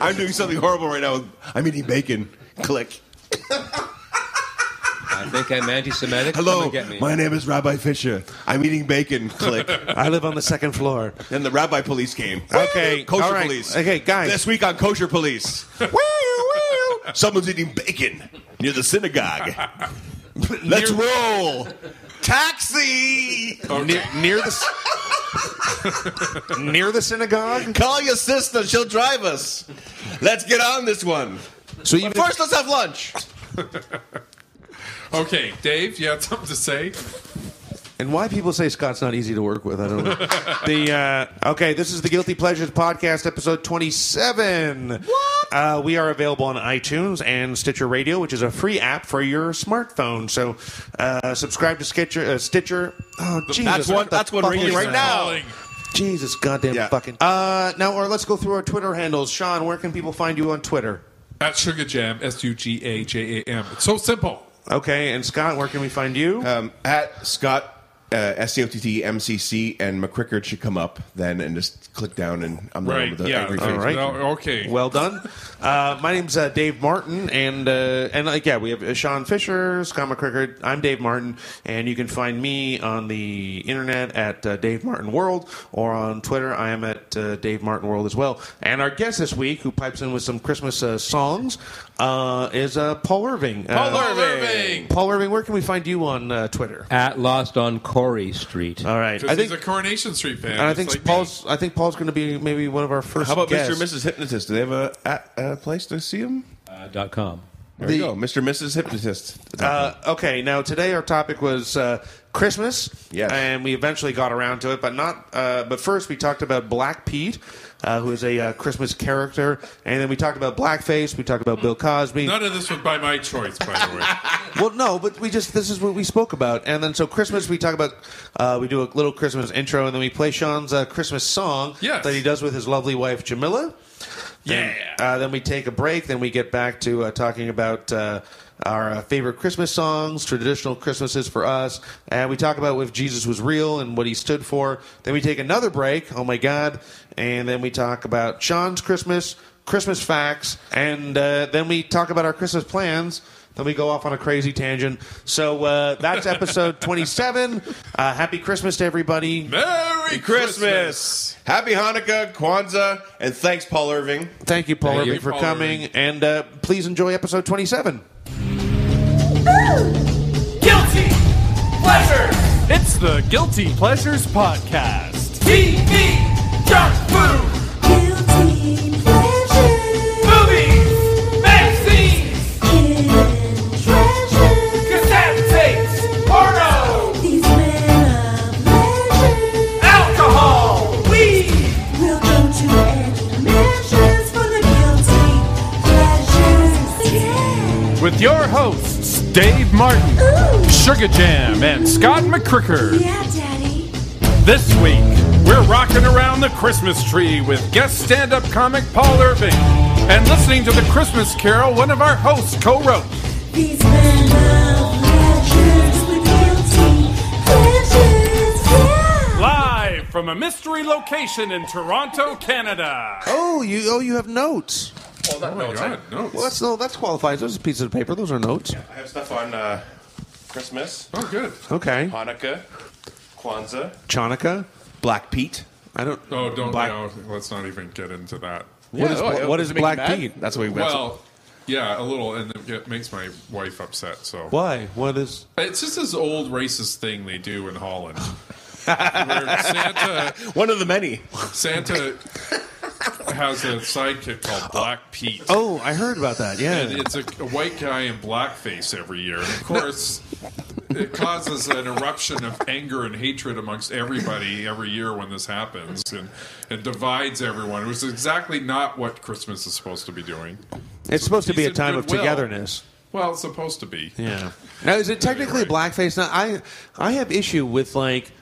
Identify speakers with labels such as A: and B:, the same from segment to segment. A: I'm doing something horrible right now. I'm eating bacon. Click.
B: I think I'm anti-Semitic.
A: Hello,
B: Come and get me.
A: my name is Rabbi Fisher. I'm eating bacon. Click.
C: I live on the second floor.
A: then the rabbi police came.
C: Okay,
A: Kosher
C: all right.
A: police.
C: Okay, guys.
A: This week on Kosher Police. Woo, woo. Someone's eating bacon near the synagogue. Let's roll. Taxi.
C: Oh, Near, near the s- near the synagogue.
A: Call your sister. She'll drive us. Let's get on this one.
C: So even
A: But first, let's have lunch.
D: Okay, Dave, you had something to say?
C: and why people say Scott's not easy to work with, I don't know. the uh, okay, this is the Guilty Pleasures podcast, episode twenty-seven. What? Uh, we are available on iTunes and Stitcher Radio, which is a free app for your smartphone. So uh, subscribe to Stitcher. Uh, Stitcher. Oh, Jesus!
A: That's one-
C: what the
A: that's one
C: fuck
A: ringing
C: is
A: right
C: that?
A: now.
D: Calling.
C: Jesus, goddamn
A: Yeah.
C: fucking. Uh, now, or let's go through our Twitter handles. Sean, where can people find you on Twitter?
D: At Sugar Jam, S U G A J A M. It's so simple.
C: Okay, and Scott, where can we find you?
A: Um, at Scott uh, S C O T T M C C and McCrickard should come up then and just click down and I'm done
D: Right.
A: with the
D: Yeah.
A: angry
D: All
A: face.
C: right.
D: No, okay.
C: Well done. Uh, my name's uh, Dave Martin, and uh, and like yeah, we have uh, Sean Fisher, Scott McCrickard. I'm Dave Martin, and you can find me on the internet at uh, Dave Martin World or on Twitter. I am at uh, Dave Martin World as well. And our guest this week, who pipes in with some Christmas uh, songs, uh, is uh, Paul Irving. Uh,
D: Paul Irving.
C: Paul Irving, where can we find you on uh, Twitter?
B: At Lost on Corey Street.
C: All right, I
D: Because he's
C: think.
D: a Coronation Street fan.
C: And I
D: just
C: think
D: like me.
C: Paul's. I think Paul's going to be maybe one of our first.
A: How about
C: guests.
A: Mr. and Mrs. Hypnotist? Do they have a, a, a place to see him?
B: Uh, dot com.
A: There you go, Mr. and Mrs. Hypnotist.
C: Uh, okay, now today our topic was uh, Christmas,
A: Yes.
C: and we eventually got around to it, but not. Uh, but first, we talked about Black Pete, uh, who is a uh, Christmas character, and then we talked about blackface. We talked about Bill Cosby.
D: None of this was by my choice, by the way.
C: Well, no, but we just this is what we spoke about, and then so Christmas we talk about. Uh, we do a little Christmas intro, and then we play Sean's uh, Christmas song
D: Yes.
C: that he does with his lovely wife Jamila. Then,
D: Yeah.
C: uh, then we take a break. Then we get back to uh, talking about uh, our uh, favorite Christmas songs, traditional Christmases for us, and we talk about if Jesus was real and what he stood for. Then we take another break. Oh my God! And then we talk about Sean's Christmas, Christmas facts, and uh, then we talk about our Christmas plans. Then we go off on a crazy tangent. So uh, that's episode 27. Uh, happy Christmas to everybody.
D: Merry
A: Christmas. Happy Hanukkah, Kwanzaa, and thanks, Paul Irving.
C: Thank you, Paul
B: Thank you,
C: Irving, for
D: Paul
C: coming.
D: Irving.
C: And uh, please enjoy episode 27.
E: Guilty pleasure.
F: It's the Guilty Pleasures Podcast.
E: TV, junk food,
G: Guilty pleasures,
E: movies, magazines,
G: hidden treasures.
E: cassette tapes, porno,
G: These men of leisure
E: alcohol, weed.
G: will go to any measures for the guilty pleasures. Yeah.
F: With your hosts, Dave Martin,
G: Ooh,
F: Sugar Jam, and Scott McCricker.
G: yeah, Daddy.
F: This week, we're rocking around the Christmas tree with guest stand up comic Paul Irving and listening to the Christmas Carol one of our hosts co wrote.
G: These men of leisure with guilty pleasures. Yeah.
F: Live from a mystery location in Toronto, Canada.
C: Oh, you oh you have notes.
D: Oh my God, no.
C: Well, that's no, that's qualifies. Those are pieces of paper. Those are notes.
A: I have stuff on uh, Christmas,
D: Oh, good.
C: Okay.
A: Hanukkah, Kwanzaa,
C: Chanukah.
A: Black Pete.
C: I don't.
D: Oh, don't.
C: Black-
D: no, let's not even get into that.
C: What is
A: Yeah, oh,
C: what
A: to
C: is
A: make you
C: Black
A: mad?
C: Pete?
A: That's what we that's-
D: Well, yeah, a little, and it- it makes my wife upset. So
C: Why? What is?
D: it's just this old racist thing they do in Holland. where Santa,
A: one of the many.
D: Santa has a sidekick called Black Pete.
C: Oh, I heard about that.
D: And
C: Yeah.
D: it's a, a white guy in blackface every year. And of course, it causes an eruption of anger and hatred amongst everybody every year when this happens and, and divides everyone, which is exactly not what Christmas is supposed to be doing.
C: It's supposed to be
D: Peace
C: a
D: and
C: time of
D: goodwill.
C: togetherness.
D: Well, it's supposed to be.
C: Yeah. Now, is it technically
D: Anyway.
C: blackface? Now, I I have issue with like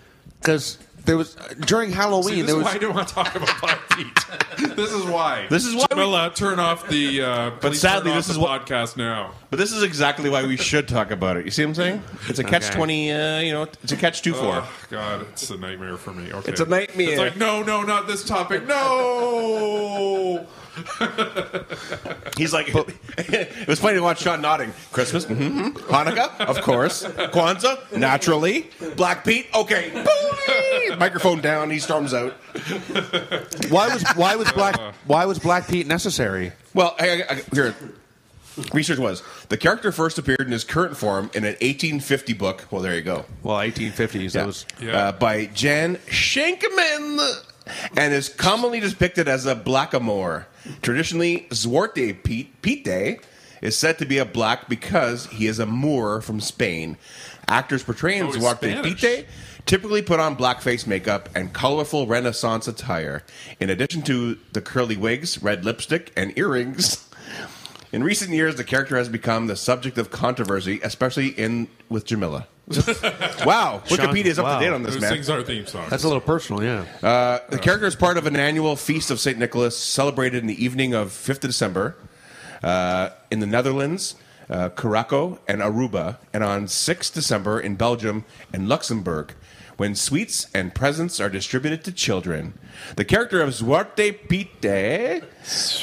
C: because there was during Halloween
D: See, this
C: there
D: is
C: was
D: why I don't want to talk about Black Pete. this is why.
A: This is why we-
D: Jamila, turn off the. Uh, but
A: sadly, this is
D: the
A: what-
D: podcast now.
A: But this is exactly why we should talk about it. You see what I'm saying? It's a catch
C: Okay.
A: twenty. Uh, you know, it's a catch two four.
D: Oh, God, it's a nightmare for me. Okay.
A: It's a nightmare.
D: It's like, no, no, not this topic. No.
A: He's like, it was funny to watch Sean nodding. Christmas, hmm Hanukkah, of course. Kwanzaa, naturally. Black Pete, okay. Boing! Microphone down. He storms out.
C: Why was why was black why was Black Pete necessary?
A: Well, I, I, I, here. Research was the character first appeared in his current form in an 1850 book. Well, there you go.
C: Well, 1850s. That was
D: Yeah.
A: Uh, by Jan Shankman and is commonly depicted as a blackamoor. Traditionally, Zwarte Pete, Pite is said to be a black because he is a Moor from Spain. Actors portraying
D: Oh, he's
A: Zwarte
D: Spanish.
A: Pite typically put on blackface makeup and colorful Renaissance attire, in addition to the curly wigs, red lipstick, and earrings. In recent years, the character has become the subject of controversy, especially in with Jamila. wow, Wikipedia is up
C: wow.
A: to date on this
D: Those
A: man.
D: things are theme songs.
C: that's a little personal. Yeah.
A: The character is part of an annual feast of St. Nicholas celebrated in the evening of 5th of December uh, in the Netherlands, uh, Curaçao, and Aruba, and on 6th December in Belgium and Luxembourg, when sweets and presents are distributed to children. The character of Zwarte eh, Pite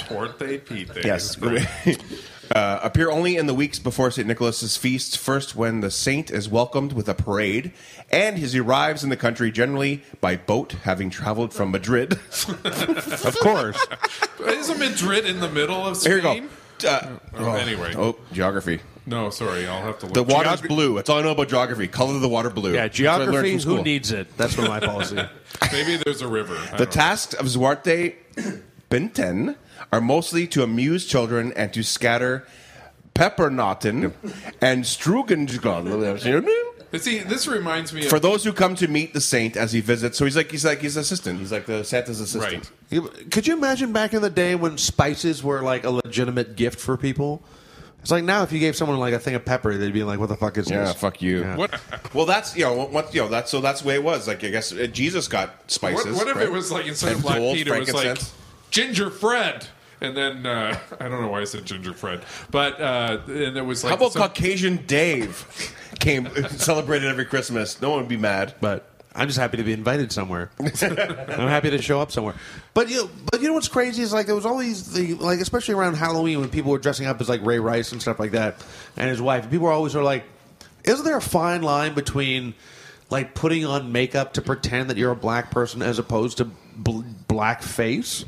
D: Forte Pete. Day.
A: Yes. uh, appear only in the weeks before St. Nicholas's feast, first when the saint is welcomed with a parade, and he arrives in the country generally by boat, having traveled from Madrid. of course.
D: Isn't Madrid in the middle of Spain?
A: Here you go. Uh,
D: Oh, anyway.
A: Oh, geography.
D: No, sorry, I'll have to look.
A: The water's blue. That's all I know about geography. Color of the water blue.
C: Yeah,
A: That's what I learned
C: geography.
A: from
C: Who
A: school.
C: needs it? That's one of my policy.
D: Maybe there's a river. I
A: The
D: don't
A: tasks of Zwarte Binten are mostly to amuse children and to scatter peppernoten and strugengon.
D: know. But See, this reminds me of
A: For those who come to meet the saint as he visits, so he's like he's like his assistant. He's like the Santa's assistant.
D: right.
C: You- Could you imagine back in the day when spices were like a legitimate gift for people? It's like now if you gave someone like a thing of pepper, they'd be like, "What the fuck is
A: Yeah,
C: this?"
A: fuck you.
C: Yeah.
D: What?
A: Well, that's you know what- what you know that's so that's the way it was. Like I guess uh, Jesus got
D: What,
A: spices.
D: what if
A: right?
D: it was like instead of
A: And
D: Black
A: gold,
D: Peter, it was like
A: frankincense.
D: Ginger Fred, and then uh, I don't know why I said Ginger Fred, but uh, and it was like
A: How about
D: some-
A: Caucasian Dave came celebrated every Christmas? No one would be mad.
C: But I'm just happy to be invited somewhere. I'm happy to show up somewhere. But you, but you know what's crazy is like there was always the like, especially around Halloween when people were dressing up as like Ray Rice and stuff like that, and his wife. People were always sort of like, isn't there a fine line between like putting on makeup to pretend that you're a black person as opposed to bl- black face?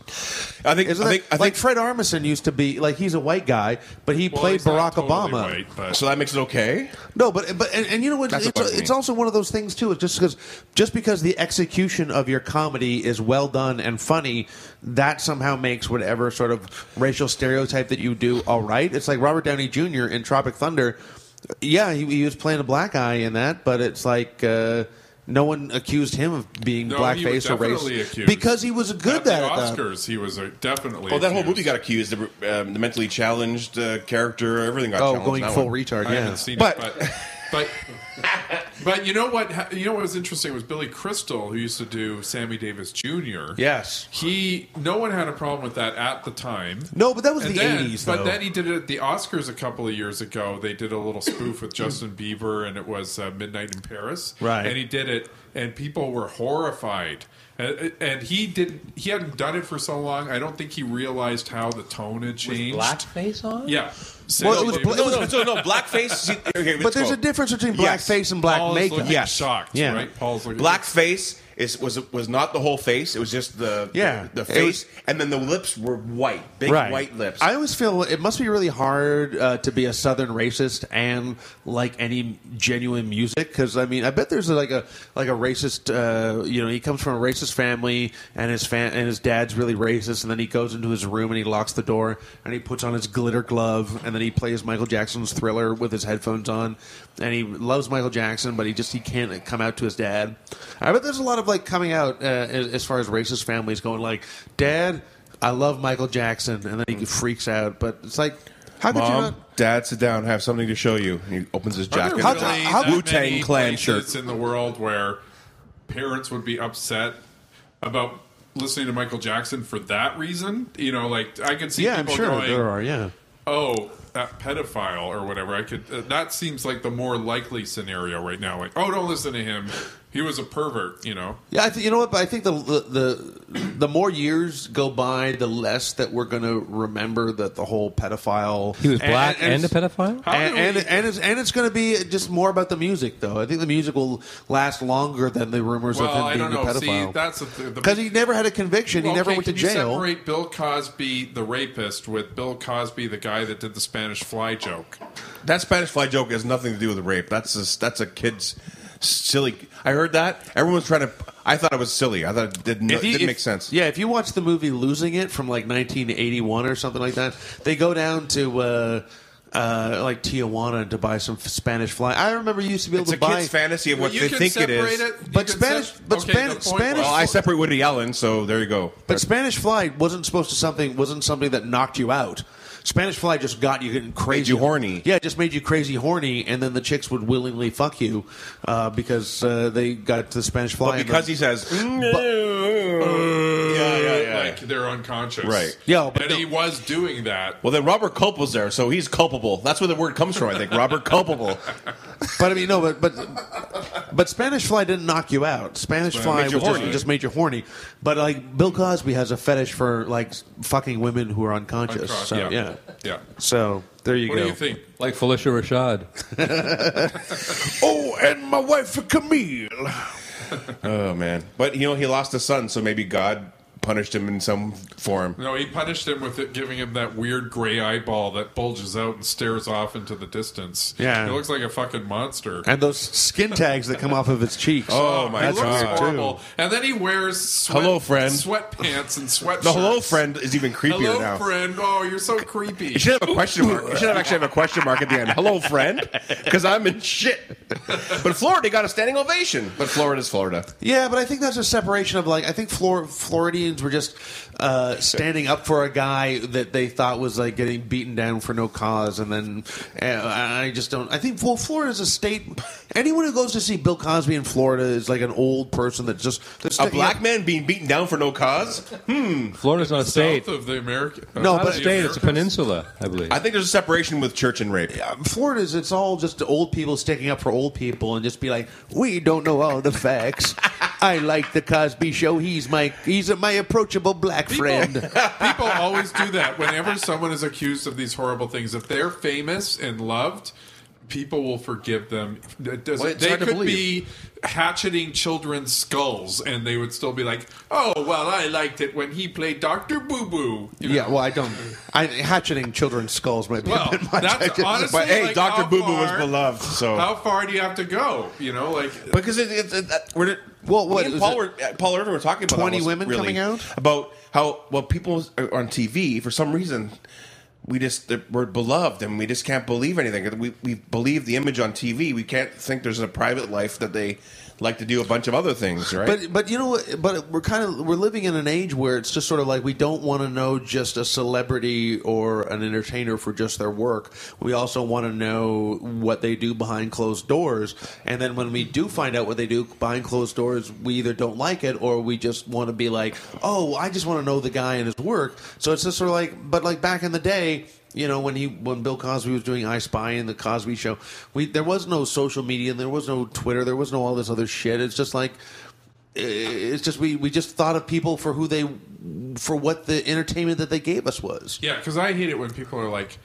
A: I think I
C: Isn't that,
A: think I
C: like
A: think
C: Fred Armisen used to be like he's a white guy, but he
D: well,
C: played
D: he's not
C: Barack
D: totally
C: Obama.
D: white, but-
A: Uh, so that makes it okay.
C: No, but but and, and you know what?
A: That's
C: It's,
A: what I mean.
C: it's also one of those things too. It's just because just because the execution of your comedy is well done and funny, that somehow makes whatever sort of racial stereotype that you do all right. It's like Robert Downey Jr. in Tropic Thunder. Yeah, he, he was playing a black guy in that, but it's like. Uh, no one accused him of being
D: No, he was
C: blackface or
D: definitely
C: racist
D: accused.
C: because he was good
D: at the
C: at that.
D: Oscars, he was uh, definitely.
A: Well, Oh, that whole
D: accused.
A: movie got accused. The, um, the mentally challenged uh, character, everything got
C: Oh,
A: challenged.
C: going
A: that
C: full
A: one.
C: retard.
D: I
C: Yeah,
D: haven't seen
A: But-
D: it, but but but you know what? ha- You know what was interesting was Billy Crystal, who used to do Sammy Davis Jr.
C: Yes.
D: he. No one had a problem with that at the time.
C: No, but that was
D: And
C: the
D: then,
C: 80s,
D: but
C: though.
D: then he did it at the Oscars a couple of years ago. They did a little spoof with Justin Bieber, and it was uh, Midnight in Paris.
C: Right.
D: and he did it, and people were horrified. And, and he didn't. He hadn't done it for so long. I don't think he realized how the tone had changed.
B: Blackface on?
D: Yeah.
C: Well, it was bla-
A: No, no, oh, no, no, blackface. see, okay,
C: but
A: let's
C: there's
A: go.
C: a difference between
A: Yes.
C: blackface and black
D: Paul is
C: makeup.
D: looking shocked.
C: Yeah.
D: Right. Paul's looking
A: Blackface is was was not the whole face. It was just the
C: Yeah.
A: the, the
C: It
A: face, and then the lips were white, big white lips.
C: I always feel it must be really hard uh, to be a Southern racist and like any genuine music because I mean I bet there's like a like a racist uh, you know he comes from a racist family and his fan and his dad's really racist and then he goes into his room and he locks the door and he puts on his glitter glove and then he plays Michael Jackson's Thriller with his headphones on and he loves Michael Jackson but he just he can't come out to his dad. I bet there's a lot of like coming out uh, as as far as racist families going like dad. I love Michael Jackson, and then he freaks out. But it's like, Mm. how could you
A: Mom,
C: not?
A: Dad, sit down. I have something to show you. And he opens his
D: Are there
A: jacket.
C: How-
D: really
C: how-
D: that many
A: Wu-Tang Clan
D: places in the world where parents would be upset about listening to Michael Jackson for that reason? You know, like I could see
C: Yeah, I'm
D: people
C: sure
D: going,
C: there are. Yeah,
D: "Oh, that pedophile or whatever." I could. Uh, that seems like the more likely scenario right now. Like, oh, don't listen to him. He was a pervert, you know.
C: Yeah, I th- you know what? But I think the, the the the more years go by, the less that we're going to remember that the whole pedophile.
B: He was black and, a
C: it's-
B: pedophile?
D: How
C: and,
D: do
C: and,
D: we-
C: and it's and it's going to be just more about the music, though. I think the music will last longer than the rumors of
D: Well,
C: him
D: I
C: being
D: don't know.
C: a
D: See,
C: pedophile.
D: that's the, th- the
C: Because he never had a conviction,
D: Well,
C: he never
D: okay,
C: went to
D: can you
C: jail.
D: separate Bill Cosby, the rapist, with Bill Cosby, the guy that did the Spanish fly joke?
A: That Spanish fly joke has nothing to do with rape. That's a, that's a kid's silly. I heard that everyone's trying to. I thought it was silly. I thought it didn't,
C: If you-
A: didn't
C: if-
A: make sense.
C: Yeah, if you watch the movie Losing It from like 1981 or something like that, they go down to uh, uh, like Tijuana to buy some Spanish fly. I remember you used to be
A: it's
C: able to
A: a
C: buy.
A: kid's fantasy of what
D: you
A: they
D: can
A: think it
D: separate
A: is.
D: you
C: But
D: can
C: Spanish- but
D: okay,
C: Spanish-
D: the point
C: Spanish-
A: Well, I separate Woody Allen, so there you go.
C: But Spanish fly wasn't supposed to something wasn't something that knocked you out. Spanish fly just got you getting crazy,
A: you horny.
C: Yeah, it just made you crazy horny, and then the chicks would willingly fuck you uh, because uh, they got the Spanish fly.
A: But
C: and
A: because
C: then-
A: he says,
D: yeah,
A: yeah, yeah, yeah.
D: Mm-hmm. like they're unconscious,
A: Right.
C: Yeah, but
D: and
C: no-
D: he was doing that.
A: well, then Robert Culp was there, so he's culpable. That's where the word comes from, I think. Robert culpable.
C: but I mean, no, but but but Spanish Fly didn't knock you out. Spanish Fly
A: made you
C: was just,
A: horny.
C: just made you horny. But like Bill Cosby has a fetish for like fucking women who are unconscious.
D: Unconscious,
C: so yeah.
D: yeah. Yeah.
C: So there you
D: What
C: go.
D: do you think?
B: Like Felicia Rashad.
A: oh, and my wife, Camille. oh, man. But, you know, he lost a son, so maybe God punished him in some form.
D: No, he punished him with it, giving him that weird gray eyeball that bulges out and stares off into the distance.
C: Yeah.
D: it looks like a fucking monster.
C: And those skin tags that come off of his cheeks.
A: Oh, my
D: he looks
A: God.
D: horrible. And then he wears sweat,
A: Hello, friend.
D: sweatpants and sweatshirts.
A: The hello friend is even creepier
D: Hello,
A: now.
D: friend. Oh, you're so creepy.
A: You should have a question mark. You should have actually have a question mark at the end. Hello, friend, because I'm in shit. But Florida got a standing ovation. But Florida's Florida.
C: Yeah, but I think that's a separation of like I think Flor- Floridians were just uh, standing up for a guy that they thought was like getting beaten down for no cause, and then uh, I just don't. I think well, Florida's a state. Anyone who goes to see Bill Cosby in Florida is like an old person that just that's
A: A
C: sticking
A: black
C: up-
A: man being beaten down for no cause.
B: Florida's not a state.
D: South of the American.
C: No,
D: of
B: Not
C: but-
B: a
D: the
B: state. It's a
D: Americas.
B: peninsula, I believe.
A: I think there's a separation with church and rape.
C: Florida's it's all just old people sticking up for old people and just be like, we don't know all the facts. I like the Cosby Show. He's my he's my approachable black friend.
D: People always do that. Whenever someone is accused of these horrible things, if they're famous and loved, people will forgive them. It doesn't-
A: Well, it's
D: they
A: hard to
D: could be hatcheting children's skulls, and they would still be like, "Oh, well, I liked it when he played Doctor Boo Boo." You know?
C: Yeah, well, I don't. I hatcheting children's skulls might be
D: Well,
C: a bit much.
D: that's
C: I just-
D: honest-
A: But hey,
D: Like,
A: Doctor
D: how
A: Boo Boo was
D: far-
A: beloved, so
D: How far do you have to go? You know, like
A: because it, it, it, that- we're
C: Well, what
A: me and
C: is
A: Paul,
C: it?
A: were, uh, Paul Irvin were talking about
C: 20
A: almost,
C: women
A: really,
C: coming out?
A: about how well people are on TV for some reason we just they're- we're beloved and we just can't believe anything. We we believe the image on TV. We can't think there's a private life that they like to do a bunch of other things, right?
C: but but you know what? But we're kind of we're living in an age where it's just sort of like we don't want to know just a celebrity or an entertainer for just their work. We also want to know what they do behind closed doors. And then when we do find out what they do behind closed doors, we either don't like it or we just want to be like, oh, I just want to know the guy and his work. So it's just sort of like, but like back in the day. You know when he when Bill Cosby was doing I Spy and the Cosby Show, we there was no social media, there was no Twitter, there was no all this other shit. It's just like it's just we, we just thought of people for who they for what the entertainment that they gave us was
D: Yeah, because I hate it when people are like,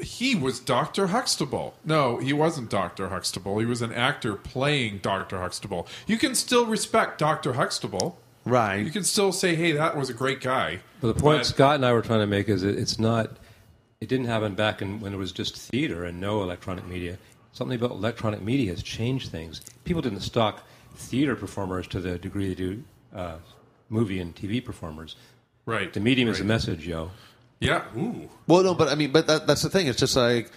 D: he was Dr. Huxtable. No, he wasn't Dr. Huxtable. He was an actor playing Dr. Huxtable. You can still respect Dr. Huxtable.
C: Right.
D: You can still say, hey, that was a great guy.
B: But the point
D: But-
B: Scott and I were trying to make is it, it's not, it didn't happen back in, when it was just theater and no electronic media. Something about electronic media has changed things. People didn't stock theater performers to the degree they do uh, movie and TV performers.
D: Right.
B: The medium is
D: Right.
B: the message, yo.
D: Yeah. Ooh.
C: well no but i mean but that, that's the thing it's just like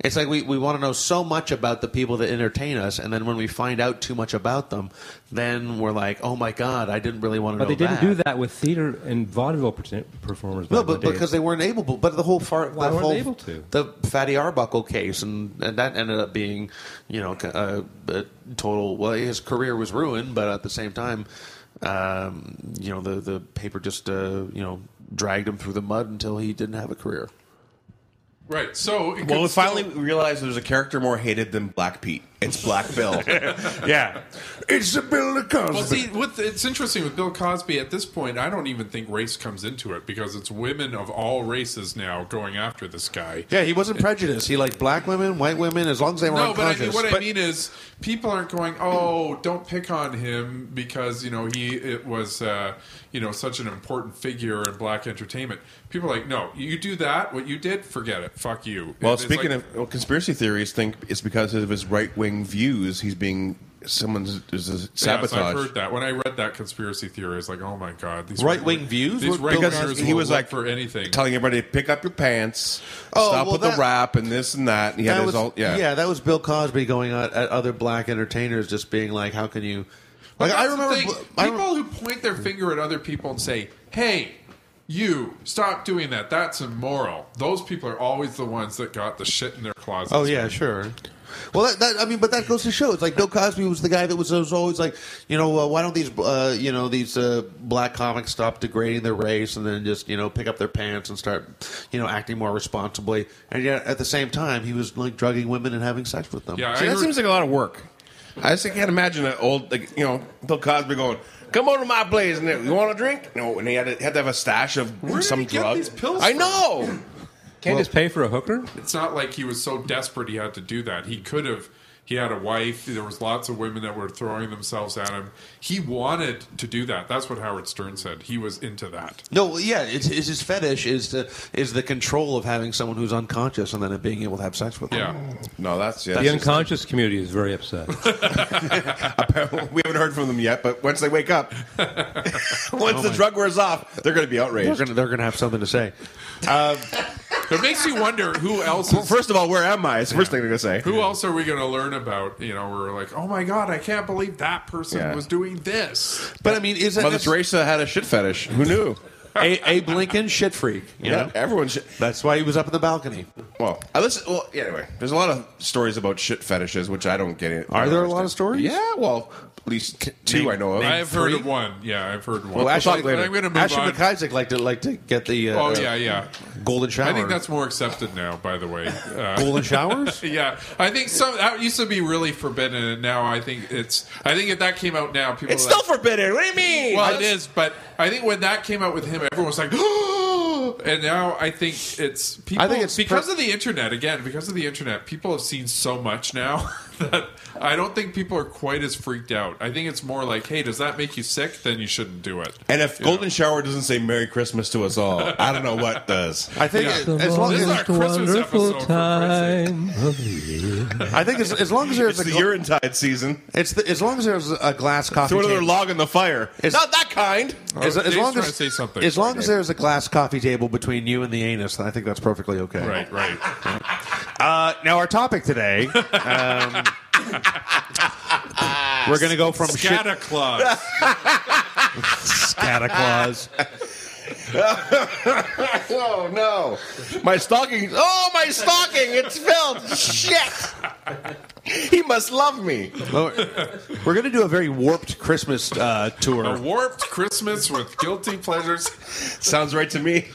C: it's like we, we want to know so much about the people that entertain us and then when we find out too much about them then we're like oh my god i didn't really want to
B: But
C: know
B: they didn't do that with theater and vaudeville per- performers.
C: no,
B: back in
C: but
B: the day.
C: because they weren't able. But, but the whole far,
B: Why
C: the
B: weren't
C: whole,
B: they able to?
C: The Fatty Arbuckle case, and, and that ended up being, you know, a, a total. Well, his career was ruined, but at the same time, um, you know, the the paper just uh, you know dragged him through the mud until he didn't have a career.
D: Right. So,
A: well,
D: it could
A: we finally
D: still-
A: realized there's a character more hated than Black Pete. It's Black Bill. yeah. It's the Bill that
D: Well,
A: comes.
D: see, with, it's interesting with Bill Cosby at this point. I don't even think race comes into it because it's women of all races now going after this guy.
C: Yeah, he wasn't prejudiced. He liked black women, white women, as long as they were
D: No, but I
C: unconscious.
D: mean, what I mean is, people aren't going, "Oh, don't pick on him because you know he it was uh, you know such an important figure in black entertainment." People are like, "No, you do that. What you did, forget it. Fuck you."
A: Well,
D: It's
A: speaking
D: like-
A: of well, conspiracy theories, think it's because of his right wing views. He's being someone's there's a
D: Yes,
A: sabotage.
D: I've heard that. When I read that conspiracy theory, it's like, oh my god, these
C: Right-wing views?
D: These
C: What-
D: right
A: because he was like
D: for anything.
A: telling everybody to pick up your pants,
C: Oh,
A: stop
C: well,
A: with
C: that-
A: the rap and this and that. And he had
C: that
A: his
C: was,
A: all- yeah,
C: that was Bill Cosby going at, at other black entertainers, just being like, "How can you?" Like
D: But
C: I
D: that's the
C: remember,
D: thing.
C: Bl- I rem-
D: people who point their finger at other people and say, "Hey, you stop doing that. That's immoral." Those people are always the ones that got the shit in their closets.
C: Oh yeah, sure. Well, that, that I mean, but that goes to show. It's like Bill Cosby was the guy that was, was always like, you know, uh, why don't these, uh, you know, these uh, black comics stop degrading their race and then just, you know, pick up their pants and start, you know, acting more responsibly. And yet, at the same time, he was like drugging women and having sex with them.
D: Yeah,
A: See,
D: I
A: that
D: heard-
A: seems like a lot of work. I just can't imagine an old, like, you know, Bill Cosby going, "Come over to my place, and then, you want a drink?" No, and he had, to, had to have a stash of
D: Where did
A: some
D: he get
A: drug.
D: these pills
A: I
D: from?
A: know.
B: Can't just pay for a hooker?
D: It's not like he was so desperate he had to do that. He could have. He had a wife. There was lots of women that were throwing themselves at him. He wanted to do that. That's what Howard Stern said. He was into that.
C: No, well, yeah, it's, it's his fetish is the is the control of having someone who's unconscious and then being able to have sex with them.
D: Yeah.
A: No, that's yeah.
B: The unconscious community is very upset.
A: we haven't heard from them yet, but once they wake up, once the drug wears off, they're going to be
C: They're
A: outraged.
C: gonna they're gonna have something to say.
D: Oh. It makes you wonder who else
A: Well,
D: is
A: First of all, where am I? It's the first thing they're going to say.
D: Who else are we going to learn about? You know, we're like, oh my god, I can't believe that person
A: Yeah.
D: was doing this.
C: But I mean, is that
A: Mother
C: that's-
A: Teresa had a shit fetish. Who knew?
C: A- Abe Lincoln shit freak? You
A: Yeah,
C: know?
A: everyone. Should,
C: That's why he was up in the balcony.
A: well, I listen. Well, yeah, anyway, there's a lot of stories about shit fetishes, which I don't get. It.
C: Are there a lot of stories?
A: Yeah, well, at least two I know of.
D: I have heard of one. Yeah, I've heard one.
A: Well, Ashley-
D: But I'm going to move
C: Ashton
D: on.
C: McIsaac liked to like to get the uh,
D: oh yeah, yeah.
C: golden shower.
D: I think that's more accepted now. By the way, uh,
C: golden showers.
D: yeah, I think some that used to be really forbidden, and now I think it's. I think if that came out now, people
A: It's
D: are like,
A: still forbidden. What do you mean?
D: Well, it is, but I think when that came out with him, everyone was like, and now I think it's people.
C: I think it's
D: because
C: per-
D: of the internet again. Because of the internet, people have seen so much now that I don't think people are quite as freaked out. I think it's more like, hey, does that make you sick? Then you shouldn't do it.
A: And if Golden Shower doesn't say Merry Christmas to us all, I don't know what does.
C: I think as long
D: This is
C: as
D: our Christmas
B: wonderful
D: episode, for
B: time of year.
C: I think as, as long as there's
A: It's the
C: a,
A: Urintide season.
C: it's the, as long as there's a glass coffee.
A: Throw another
C: table-
A: log in the fire. It's not that kind.
C: As, as
D: Dave's
C: long
D: trying
C: as
D: to say something.
C: as long as there's a glass coffee table between you and the anus, then I think that's perfectly okay.
D: Right, right.
C: Uh, now our topic today. Um, we're gonna go from shit
D: Scatter claws.
C: scatter claws.
A: Oh no, my stocking! Oh my stocking! It's filled. Shit. He must love me.
C: Well, We're going to do a very warped Christmas uh,
D: A
C: tour.
D: warped Christmas with guilty pleasures.
A: Sounds right to me.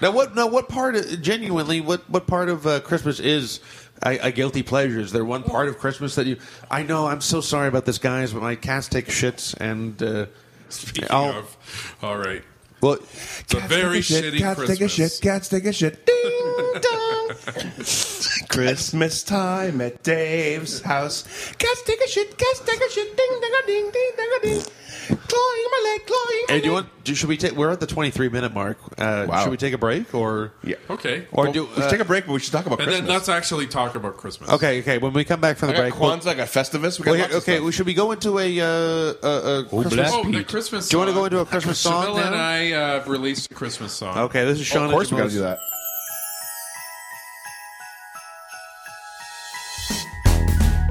C: Now, what? Now, what part? Of, genuinely, what? What part of uh, Christmas is a, a guilty pleasure? Is there one part of Christmas that you? I know. I'm so sorry about this, guys, but my cats take shits, and uh,
D: Speaking
C: I'll-
D: of, all right.
C: well,
D: It's a very shitty Christmas.
A: Cats take a shit. Ding dong. Christmas time at Dave's house. Cats take a shit. Cats take a shit. Ding dong ding ding dong ding. Clawing my leg. Clawing my
C: hey, do you
A: leg.
C: want? do- Should we take? We're at the 23 minute mark. Uh,
A: Wow.
C: Should we take a break or?
A: Yeah.
D: Okay.
C: Or
A: Well,
C: do
A: we should
C: uh,
A: take a break, but we should talk about
D: and
A: Christmas.
D: then let's actually talk about Christmas.
C: Okay, okay. When we come back from
A: I
C: the
A: got
C: break, we'll-
A: Kwanzaa, I got Festivus. We got
C: well,
A: lots
C: here-
A: of
C: okay.
A: stuff.
C: Well, should we go into a uh, uh, uh, Christmas?
B: Black
D: Oh, the
B: Pete.
D: Christmas.
C: Do you want to
D: song.
C: go into a Christmas song?
D: Jamila and
C: now? Oh.
D: I uh, released a Christmas song.
C: Okay, this is Sean.
A: of course,
C: and
A: we got to
C: Jamal's-
A: do that.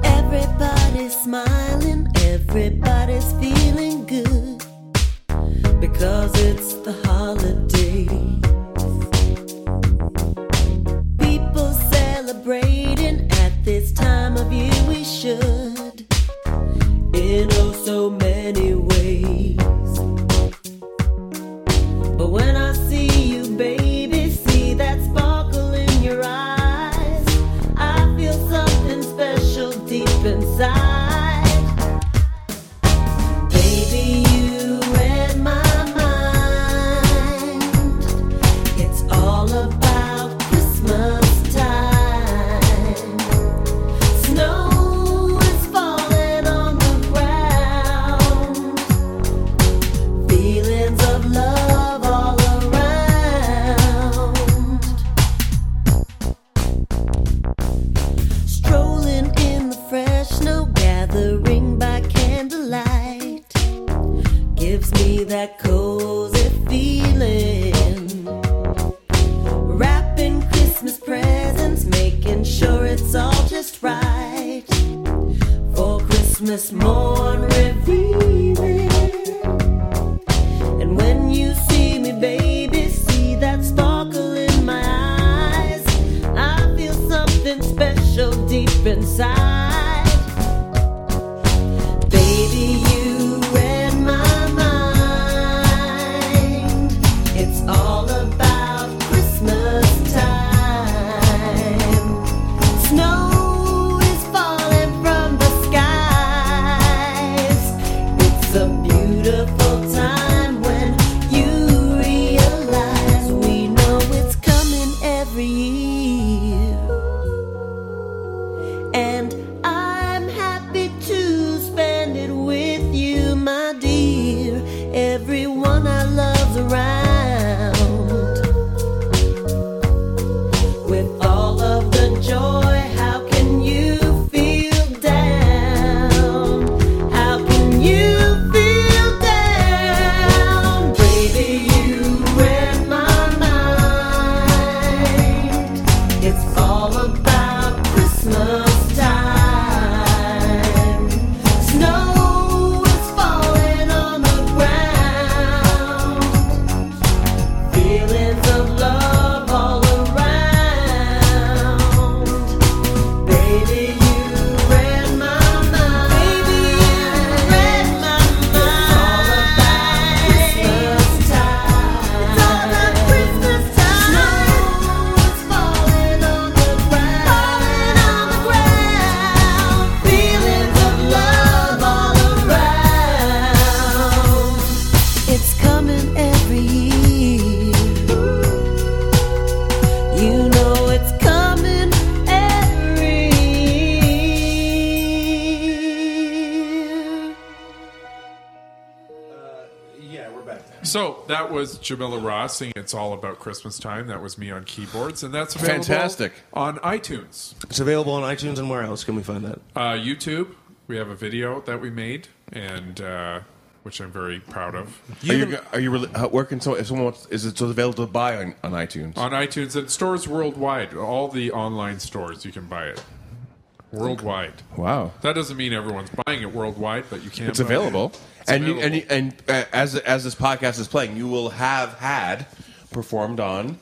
H: Everybody's smiling, everybody's feeling good because it's the holidays. People celebrating at this time of year, we should in oh so many ways. But when I see you, baby, see that sparkle in your eyes, I feel something special deep inside. this morn revealing. And when you see me, baby, see that sparkle in my eyes. I feel something special deep inside. Baby, you read my mind. It's all about Christmas time. Snow is falling from the skies. It's a beautiful time when you realize we know it's coming every year. And I'm happy to spend it with you, my dear. Everyone I love's around with all of the joy. How can you feel down? How can you feel down? Baby, you read my mind. It's all about Christmas time. Snow is falling on the ground. Feelings of love all around. Baby, you read my mind. Baby, you read my mind. It's all about Christmas time. It's all about Christmas time. Snow is falling on the ground. Falling on the ground. Feelings of love all around. It's coming every year. You know it's coming every year.
D: So that was Jamila Ross singing "It's All About Christmas Time." That was me on keyboards, and that's available
A: Fantastic.
D: on iTunes,
C: It's available on iTunes and where else can we find that?
D: uh, YouTube. We have a video that we made, and uh, which I'm very proud of
A: Are you, go- are you really, how, where can so if someone wants, is it still available to buy on, on iTunes?
D: on iTunes and stores worldwide. All the online stores you can buy it worldwide.
A: wow,
D: That doesn't mean everyone's buying it worldwide, but you can.
A: it's
D: buy it.
A: available.
D: It's
A: and you and you,
D: available.
A: and uh, as as this podcast is playing, you will have had performed on.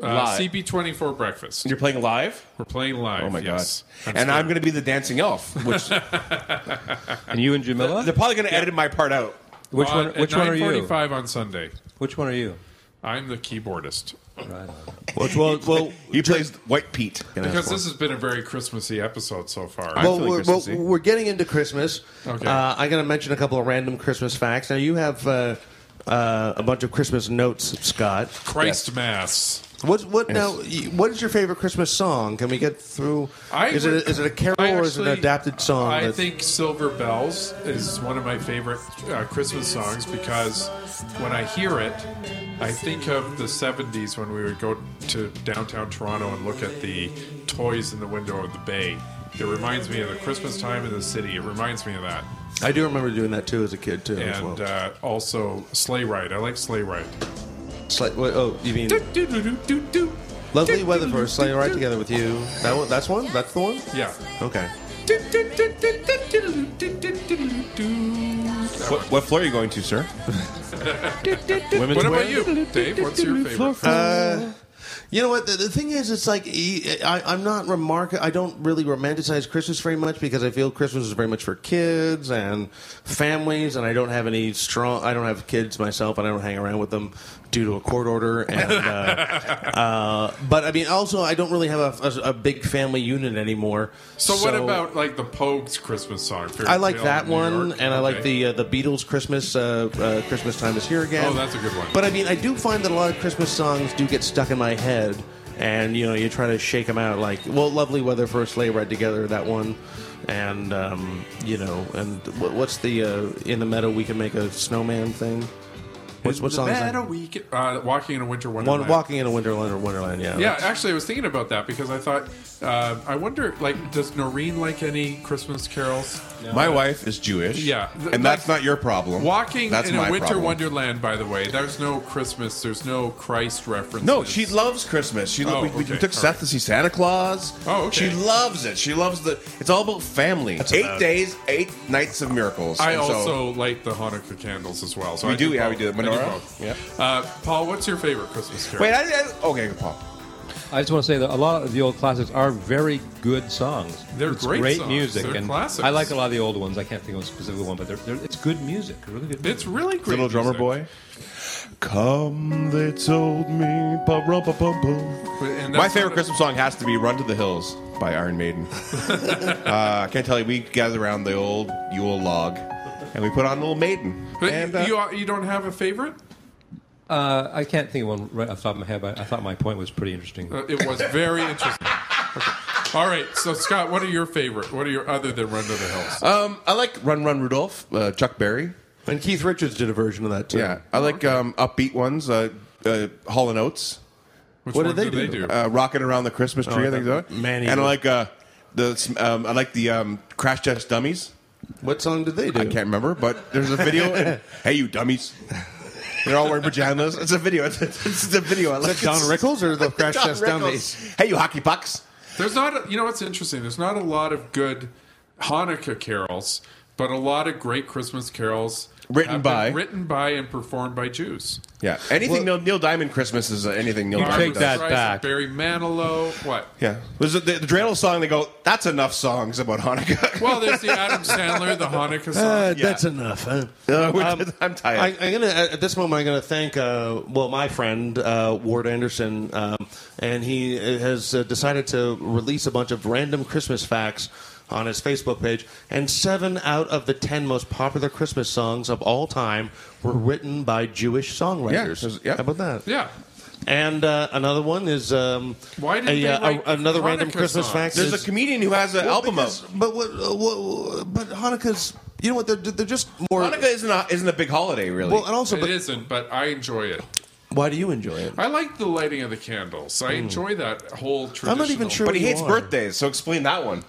D: uh,
A: live.
D: CB24 breakfast.
A: You're playing live.
D: We're playing live.
A: Oh my
D: yes.
A: god! And I'm going to be the dancing elf, which they're
B: And you and Jamila?
A: probably going to edit my part out.
B: which one?
D: Uh,
B: Which one are you?
D: Five on Sunday.
B: Which one are you?
D: I'm the keyboardist
B: Right on.
C: Well, well, well,
A: He plays White Pete in
D: because
A: one.
D: this has been a very Christmassy episode so far.
A: I'm
C: well,
A: feeling
C: we're, well,
A: Christmassy.
C: we're getting into Christmas.
D: Okay.
C: Uh, I'm going to mention a couple of random Christmas facts. Now, you have uh, uh, a bunch of Christmas notes, Scott.
D: Christ Mass.
C: What what now? y- What is your favorite Christmas song? Can we get through?
D: I
C: is it
D: would-
C: a, is it a carol
D: I
C: or is it an
D: actually-
C: adapted song?
D: I
C: that's-
D: think Silver Bells is one of my favorite uh, Christmas songs because when I hear it, I think of the 70s when we would go to downtown Toronto and look at the toys in the window of the bay. It reminds me of the Christmas time in the city. It reminds me of that.
C: I do remember doing that too as a kid too. as
D: And
C: well.
D: uh, also Sleigh Ride. I like Sleigh Ride. uh,
C: Sli- wait, oh, you mean
D: Do-do-do-do-do.
C: lovely weather for a sleigh ride together with you? That one, that's one. That's the one.
D: Yeah.
C: Okay.
A: What, what floor are you going to, sir? Women's
D: What
A: wear?
D: about you, Dave? What's your favorite?
C: Uh, You know what? The, the thing is, it's like e- I, I'm not remark. I don't really romanticize Christmas very much because I feel Christmas is very much for kids and families, and I don't have any strong. I don't have kids myself, and I don't hang around with them due to a court order. And uh, uh, but I mean, also I don't really have a, a, a big family unit anymore.
D: So, what about like the Pogues Christmas song? Fairy
C: I like
D: Tale
C: that
D: of New
C: one,
D: York?
C: and I like
D: Okay.
C: the uh, the Beatles Christmas uh, uh, Christmas time is here again.
D: Oh, that's a good one.
C: But I mean, I do find that a lot of Christmas songs do get stuck in my head, and you know, you try to shake them out. Like, well, lovely weather for a sleigh ride together, that one, and um, you know, and wh- what's the uh, in the meadow we can make a snowman thing? What's what
D: The
C: song is
D: Meadow
C: that?
D: Week- uh, walking in a winter wonderland.
C: One walking in a Wonderland or Wonderland, yeah.
D: Yeah, actually, I was thinking about that because I thought, uh, I wonder, like, does Noreen like any Christmas carols?
A: My wife is Jewish.
D: Yeah.
A: And that's not your problem.
D: Walking
A: that's
D: in a
A: my
D: winter
A: problem.
D: wonderland, by the way, there's no Christmas, there's no Christ references.
A: No, she loves Christmas. She
D: Oh,
A: we, we
D: okay,
A: took
D: all
A: Seth
D: right.
A: to see Santa Claus.
D: Oh, okay.
A: She loves it. She loves the. It's all about family. eight days, eight nights of miracles.
D: I
A: And so-
D: also light the Hanukkah candles as well. So
A: We
D: I
A: do, yeah,
D: both.
A: we do.
D: I
A: Menorah?
D: both.
A: Yeah.
D: Uh, Paul, what's your favorite Christmas carol?
A: wait. I, I, okay, Paul.
B: I just want to say that a lot of the old classics are very good songs.
D: They're
B: It's
D: great songs.
B: music.
D: They're
B: and
D: classics.
B: I like a lot of the old ones. I can't think of a specific one, but they're, they're, it's good music. Really good. Music.
D: it's really great.
A: Little drummer boy.
D: music.
A: Come, they told me. Bum, bum, bum, bum, bum.
D: But- and
A: My
D: that's
A: favorite
D: not a-
A: Christmas song has to be "Run to the Hills" by Iron Maiden. uh, I can't tell you. We gathered around the old Yule log, and we put on "Little Maiden."
D: But
A: and,
D: you,
A: uh,
D: you are- you don't have a favorite?
B: Uh, I can't think of one right off the top of my head, but I thought my point was pretty interesting.
D: Uh, it was very interesting. Okay. All right, so Scott, what are your favorite? What are your other than Run to the Hills?
A: um, I like "Run, Run, Rudolph." Uh, Chuck Berry.
C: And Keith Richards did a version of that too.
A: Yeah, I like um, upbeat ones. Uh, uh, Hall and Oates,
D: Which
C: what
D: one
C: did they
D: do they
C: do?
D: do?
A: uh, rocking around the Christmas tree. I think
C: that-
A: so.
C: Manny
A: and I
C: was-
A: like uh, the um, I like the um, Crash Test Dummies.
C: What song did they do?
A: I can't remember, but there's a video. and, hey, you dummies! They're all wearing pajamas. It's a video. It's, it's, it's a video. I like
C: Is that Don Rickles or the Crash
A: Don
C: Test
A: Rickles.
C: Dummies?
A: Hey, you hockey pucks!
D: There's not, a, you know, what's interesting. There's not a lot of good Hanukkah carols, but a lot of great Christmas carols
A: Written
D: have been
A: by-
D: written by, and performed by Jews.
A: Yeah, anything Neil, Neil Diamond Christmas is uh, anything Neil
B: You
A: Diamond
B: take
A: does.
B: that
D: Streisand,
B: back.
D: Barry Manilow. What?
A: Yeah, there's a, the, the Dreidel song. They go, "That's enough songs about Hanukkah."
D: Well, there's the Adam Sandler, the Hanukkah song.
C: Uh,
A: Yeah.
C: That's enough. Huh? Um,
A: Uh, we did- I'm tired.
C: I, I'm gonna at at this moment. I'm gonna thank uh, well my friend uh, Ward Anderson, um, and he has uh, decided to release a bunch of random Christmas facts on his Facebook page. And seven out of the ten most popular Christmas songs of all time were written by Jewish songwriters.
A: there's- yeah.
C: How about that?
D: yeah.
C: And uh, another one is um,
D: Why didn't
C: a,
D: they
C: uh,
D: write
C: a- another random
D: Hanukkah
C: Christmas
D: songs?
C: fact.
A: there's a
C: is-
A: comedian who has an
C: Well,
A: album out.
C: because- But what, uh, what? But Hanukkah's. You know what? They're they're just more.
A: Hanukkah isn't a, isn't a big holiday, really.
C: well, and also,
D: It
C: but
D: isn't, but I enjoy it.
C: why do you enjoy it?
D: I like the lighting of the candles. I enjoy that whole tradition.
C: Hmm. I'm not even sure.
A: but he
C: you
A: hates
C: are.
A: birthdays, so explain that one.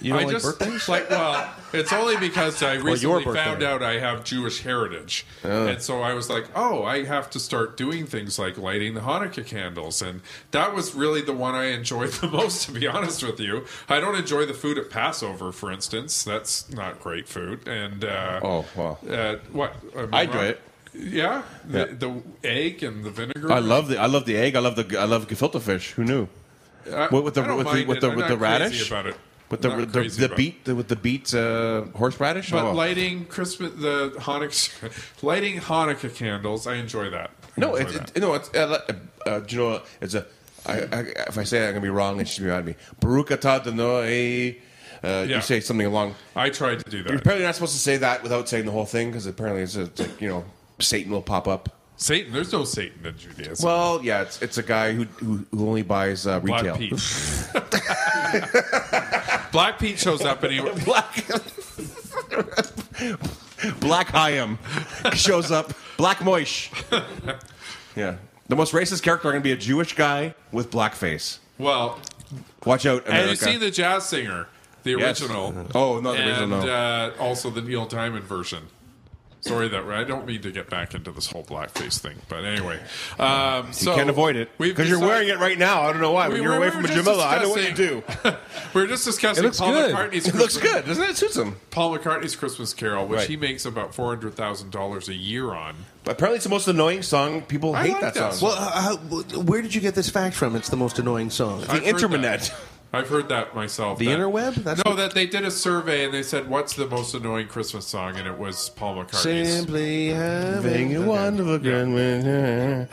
C: You don't
D: I
C: like
D: just
C: birthdays?
D: like well, it's only because I
C: your
D: recently
C: birthday.
D: found out I have Jewish heritage, and so I was like, oh, I have to start doing things like lighting the Hanukkah candles, and that was really the one I enjoyed the most. To be honest with you, I don't enjoy the food at Passover, for instance. That's not great food, and uh,
A: Oh, wow.
D: uh, what am
A: I enjoy
D: wrong?
A: it.
D: Yeah, the,
A: Yeah.
D: the egg and the vinegar.
A: I love the I love the egg. I love the I love gefilte fish. Who knew?
D: I-
A: What with the
D: I don't
A: with the
D: mind
A: with
D: it.
A: the,
D: I'm
A: with
D: not
A: the
D: crazy
A: radish
D: about it.
A: with the
D: Not
A: the,
D: crazy
A: the
D: about it.
A: beet the, with the beet uh, horseradish.
D: But
A: Oh.
D: lighting Christmas, the Hanukkah, lighting Hanukkah candles, I enjoy that. I
A: no,
D: enjoy
A: it's
D: that.
A: it, no, it's uh, uh, uh, do you know it's a. I, I, if I say that, I'm gonna be wrong. It's just gonna be mad at me. Baruch atah Adonai. Uh,
D: Yeah.
A: You say something along.
D: I tried to do that.
A: You're apparently not supposed to say that without saying the whole thing because apparently it's, a, it's like you know Satan will pop up.
D: Satan, there's no Satan in Judaism.
A: Well, yeah, it's it's a guy who who, who only buys uh,
D: Black
A: retail.
D: Pete. Black Pete shows up and he
A: Black Black Hyam shows up. Black Moish. Yeah. The most racist character are going to be a Jewish guy with blackface.
D: well,
A: Watch out, America.
D: and you've seen the jazz singer, the
A: Yes.
D: original.
A: Oh, not the
D: and,
A: original, no.
D: uh, also the Neil Diamond version. Sorry that I don't mean to get back into this whole blackface thing, but anyway, um,
A: you can't avoid it because you're wearing it right now. I don't know why.
D: We
A: when you're
D: were-
A: away
D: we
A: from
D: were
A: a
D: just
A: Jamila, I know what you do.
D: discussing- We are just discussing
B: looks
D: Paul
B: good.
D: McCartney's.
A: It looks
D: Christmas-
A: good, doesn't it? It suits him.
D: Paul McCartney's Christmas Carol, which
A: Right.
D: he makes about four hundred thousand dollars a year on.
A: But apparently, it's the most annoying song. People
D: I
A: hate
D: like
A: that
D: that
A: song.
C: Well, uh, how- where did you get this fact from? It's the most annoying song.
A: the
D: I've heard that.
A: internet.
D: I've heard that myself.
C: The
D: that-
C: interweb? That's
D: no,
C: what-
D: that they did a survey and they said, "What's the most annoying Christmas song?" And it was Paul McCartney's.
C: Simply having
A: Having a wonderful grand winter.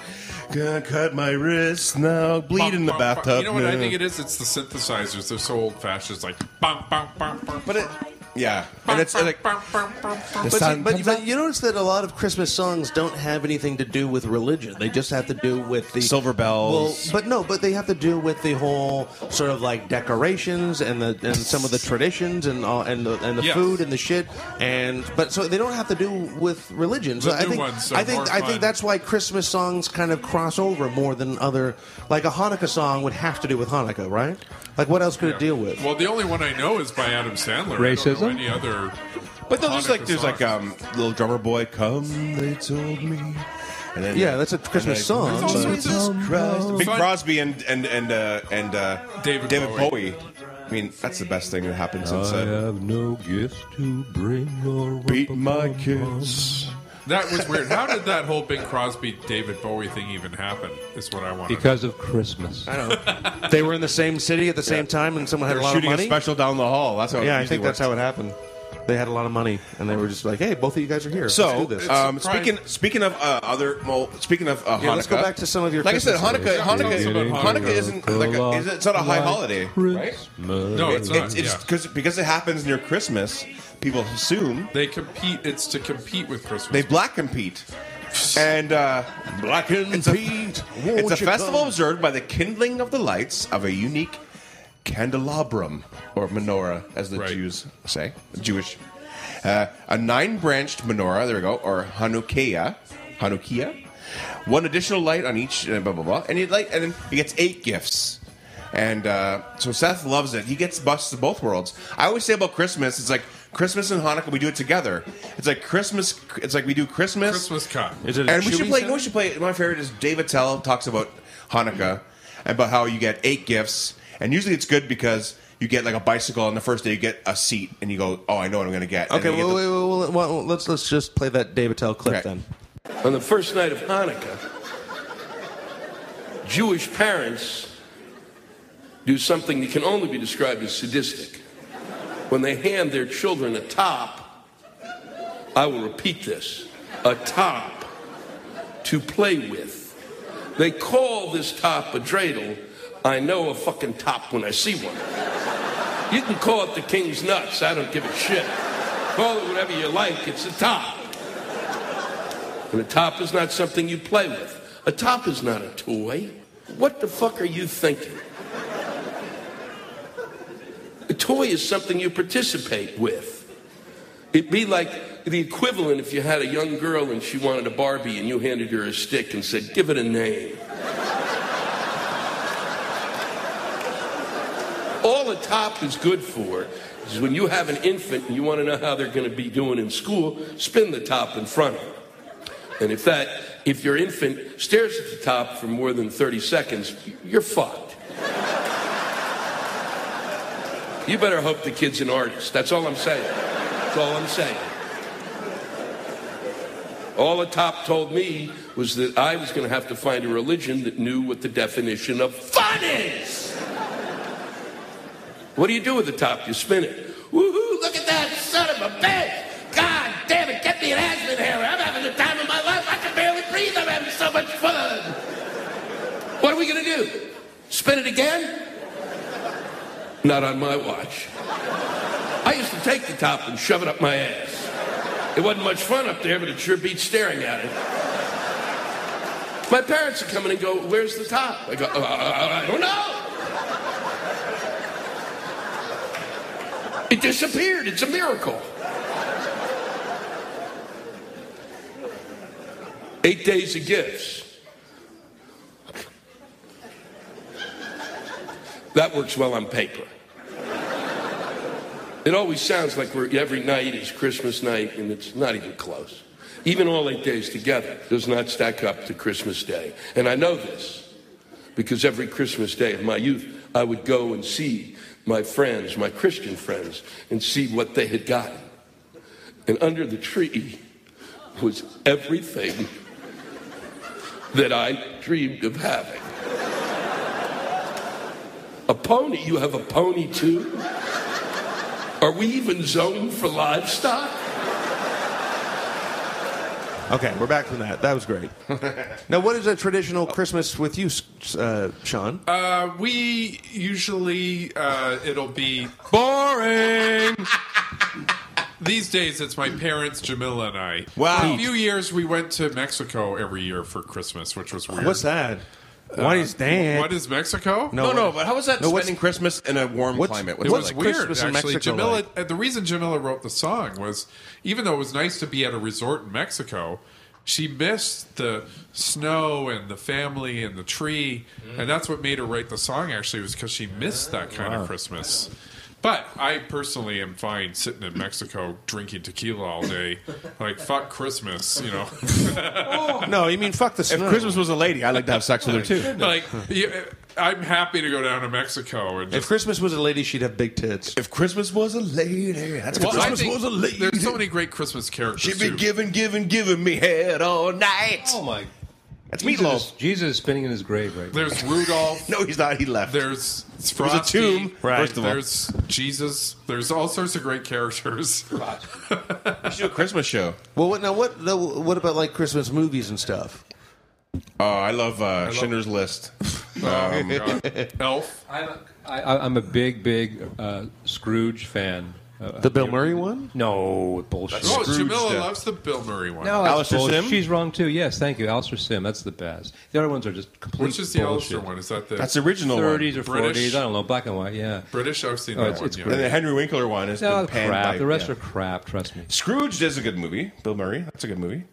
A: Gonna cut my wrists now.
D: Bum,
A: Bleed in the
D: bum, bum.
A: bathtub.
D: You know what I
A: now.
D: think it is? It's the synthesizers. They're so old fashioned. It's like, bum, bum, bum, bum,
A: But it, yeah,
D: bum,
A: and it's
D: bum,
A: like
D: bum, bum, bum, bum.
C: But, see, but, but you notice that a lot of Christmas songs don't have anything to do with religion. They just have to do with the
A: Silver bells.
C: Well, but no, but they have to do with the whole sort of like decorations and the and some of the traditions and all, and the and the
D: Yes.
C: food and the shit and but so they don't have to do with religion. So
D: The
C: I
D: new
C: think
D: ones are
C: I think
D: more
C: I
D: fun.
C: think that's why Christmas songs kind of cross over more than other like a Hanukkah song would have to do with Hanukkah, right? Like what else could it deal with?
D: Well, the only one I know is by Adam Sandler. I don't know
B: them?
D: any other.
A: But no, there's like there's like
D: Hanukkah
A: um little drummer boy come they told me. And then,
C: Yeah, that's a Christmas song,
A: There's
D: but-
A: all sorts of Christ. Big
D: Fun-
A: Crosby and and and uh, and uh,
D: David
A: Bowie. I mean, that's the best thing that happened
C: Oh,
A: since
B: I
A: uh,
B: have no gifts to bring or
A: beat my
B: rumpa-pum-pum.
A: kids.
D: That was weird. How did that whole Big Crosby, David Bowie thing even happen? Is what I want to
B: Because of Christmas.
C: They were in the same city at the same time, and someone had
A: They're
C: a lot of
A: shooting a
C: money.
A: special down the hall. That's how it
C: yeah, I
A: usually
C: think that's
A: works.
C: how it happened. They had a lot of money, and they were just like, "Hey, both of you guys are here.
A: So,
C: let's do this."
A: um,
D: It's a prime-
A: speaking speaking of uh, other, well, speaking of uh, Hanukkah,
C: Yeah, let's go back to some of your
A: Like I said,
C: Christmas
A: Hanukkah, Hanukkah,
D: stories. Yeah,
A: Hanukkah,
D: yeah, yeah.
A: isn't like a, is, it's not a high holiday, right?
D: No,
A: It's, it's,
D: it's not.
A: it's
D: yeah.
A: cause, because it happens near Christmas. People assume
D: They compete. It's to compete with Christmas.
A: they black compete, and uh, black compete. It's a festival observed by the kindling of the lights of a unique candelabrum or menorah, as the
D: Right.
A: Jews say, Jewish. Uh, a nine-branched menorah. There we go, or Hanukkah, Hanukkah. One additional light on each. Uh, blah blah blah. And he like, and then he gets eight gifts. And uh, so Seth loves it. He gets busts of both worlds. I always say about Christmas, it's like Christmas and Hanukkah. We do it together. It's like Christmas. It's like we do Christmas.
D: Christmas cut.
C: it
A: And we should play. No, we should play. My favorite is David Tell talks about Hanukkah and about how you get eight gifts, and usually it's good because you get like a bicycle, and the first day you get a seat, and you go, "Oh, I know what I'm going to get." And
C: okay,
A: then you
C: well,
A: get the-
C: wait, wait, wait, well, let's let's just play that David Tell clip
A: Okay.
C: then.
I: On the first night of Hanukkah, Jewish parents do something that can only be described as sadistic. When they hand their children a top, I will repeat this a top to play with. They call this top a dreidel. I know a fucking top when I see one. You can call it the king's nuts. I don't give a shit. Call it whatever you like, it's a top. And a top is not something you play with. A top is not a toy. What the fuck are you thinking? A toy is something you participate with. It'd be like the equivalent if you had a young girl and she wanted a Barbie and you handed her a stick and said, give it a name. All a top is good for is when you have an infant and you want to know how they're going to be doing in school, spin the top in front of them. And if that, if your infant stares at the top for more than 30 seconds, you're fucked. You better hope the kid's an artist. That's all I'm saying. That's all I'm saying. All the top told me was that I was going to have to find a religion that knew what the definition of fun is. What do you do with the top? You spin it. Woohoo, look at that son of a bitch! God damn it, get me an Aspen hair. I'm having the time of my life. I can barely breathe. I'm having so much fun. What are we going to do? Spin it again? Not on my watch. I used to take the top and shove it up my ass. It wasn't much fun up there, but it sure beat staring at it. My parents would come in and go, Where's the top? I go, "Uh, I don't know. It disappeared. It's a miracle. Eight days of gifts. That works well on paper. It always sounds like we're, every night is Christmas night, and it's not even close. Even all eight days together does not stack up to Christmas Day. And I know this because every Christmas day of my youth, I would go and see my friends, my Christian friends, and see what they had gotten. And under the tree was everything that I dreamed of having. A pony? You have a pony too? Are we even zoned for livestock?
C: Okay, we're back from that. That was great. now, what is a traditional Christmas with you, S- uh, Sean?
D: Uh, we usually uh, it'll be boring. These days, it's my parents, Jamila, and I.
A: Wow.
D: For a few years, we went to Mexico every year for Christmas, which was weird.
C: What's that? what is that?
D: What is Mexico?
A: Uh, no, no, but how is that
C: No, what's-
A: spending Christmas in a warm
C: what's-
A: climate? What's
D: It was
A: that like?
D: weird,
C: Christmas in
D: actually.
C: Mexico
D: Jamila,
C: like?
D: uh, the reason Jamila wrote the song was, even though it was nice to be at a resort in Mexico, she missed the snow and the family and the
A: Mm. Ah.
D: tree, and that's what made her write the song. Actually, was because she missed that kind of Christmas. But I personally am fine sitting in Mexico drinking tequila all day. Like, fuck Christmas, you know?
C: No, Oh, you mean fuck the
A: If
C: snow.
A: Christmas was a lady, I'd like to have sex with her too.
D: like, you, I'm happy to go down to Mexico and
C: If
D: just.
C: Christmas was a lady, she'd have big tits.
A: If Christmas was a lady, that's what
D: Well, I
A: Christmas
D: think
A: was a lady.
D: There's so many great Christmas
A: She
D: characters.
A: be
D: too.
A: giving, giving, giving me head all night.
B: Oh my!
A: That's
B: Jesus,
A: meatloaf.
B: Jesus is spinning in his grave right now.
D: There's Rudolph.
A: No, he's not. He left.
D: There's
A: was a
D: Frosty.
A: tomb, Right. first of all.
D: There's Jesus. There's all sorts of great characters.
A: We should do a Christmas show.
C: Well, what, now what? Now, what about like Christmas movies and stuff?
A: Oh, I love uh, Schindler's List.
D: Elf.
B: I'm a, I, I- I'm a big, big uh, Scrooge fan. Uh,
C: The Bill Murray one?
B: no bullshit.
D: Oh,
A: Scrooge
D: Jamila
A: then.
D: loves the Bill Murray one.
B: No, that's
A: Alistair
B: bullshit.
A: Sim?
B: She's wrong too. Yes, thank you, Alistair Sim. That's the best. The other ones are just complete.
D: Which is the
B: bullshit.
D: Ulster one? Is that the
A: That's the original
B: Thirties
A: one.
B: or
D: British?
B: forties? I don't know. Black and white. Yeah.
D: British? I've seen
B: Oh,
D: that
B: it's-
D: one.
B: it's
D: yeah.
A: And the Henry Winkler one is
B: No,
A: been panned
B: Oh, crap.
A: by-
B: the rest
A: yeah.
B: are crap. Trust me.
A: Scrooge is a good movie. Bill Murray. That's a good movie.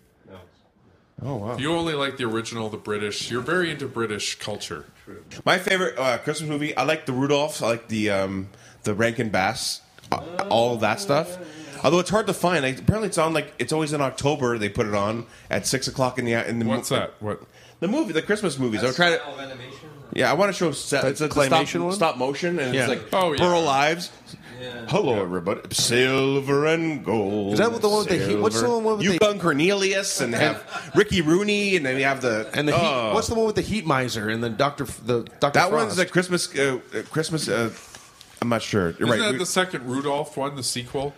D: You only like the original, the British. You're very into British culture.
A: My favorite uh, Christmas movie. I like the Rudolphs. I like the um, the Rankin Bass. uh, All of that stuff. Although it's hard to find. Like, apparently, it's on like it's always in October. They put it on at six o'clock in the in the.
D: What's that? What?
A: The movie, the Christmas movies. I'm trying to. Yeah, I want to show set, it's a
C: claymation
A: stop,
C: one?
A: stop motion, and it's
C: Yeah.
A: like
D: Oh, yeah.
A: Pearl Lives. Hello, everybody. Silver and gold.
C: Is that what the one with the heat- what's the
A: silver.
C: one with the-
A: Yukon Cornelius and they have Ricky Rooney, and then you have the
C: And the heat,
A: oh.
C: what's the one with the heat miser and then Doctor the Doctor
A: that
C: Frost?
A: one's a Christmas. Uh, uh, Christmas. Uh, I'm not sure. You're
D: Isn't
A: right.
D: that
A: We-
D: the second Rudolph one, the sequel?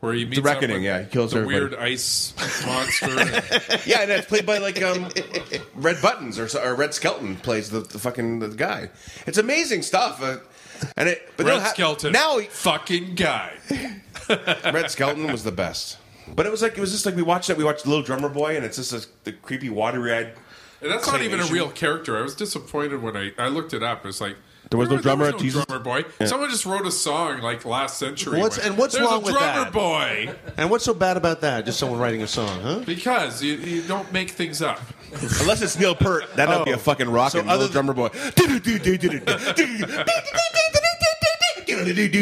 D: Where he meets
A: Reckoning,
D: up with
A: yeah, he kills
D: the
A: everybody.
D: weird ice monster.
A: yeah, and it's played by like um, Red Buttons or, or Red Skelton plays the, the fucking the guy. It's amazing stuff. Uh, and it, but
D: Red
A: they'll ha-
D: Skelton.
A: now he-
D: fucking guy.
A: Red Skelton was the best. But it was like it was just like we watched that we watched Little Drummer Boy and it's just a, the creepy watery eyed.
D: And that's not even a
A: Claymation.
D: real character. I was disappointed when I, I looked it up. It's like
A: There was no drummer at
D: no
A: Jesus?
D: drummer boy. Someone just wrote a song like last century.
C: What's-
D: when,
C: and what's
D: There's
C: wrong
D: a
C: with
D: drummer
C: that?"
D: boy?
C: and what's so bad about that? Just someone writing a song, huh?
D: Because you, you don't make things up.
A: Unless it's Neil Peart, that would be a fucking rocket.
C: So
A: Little
C: other
A: Drummer Boy.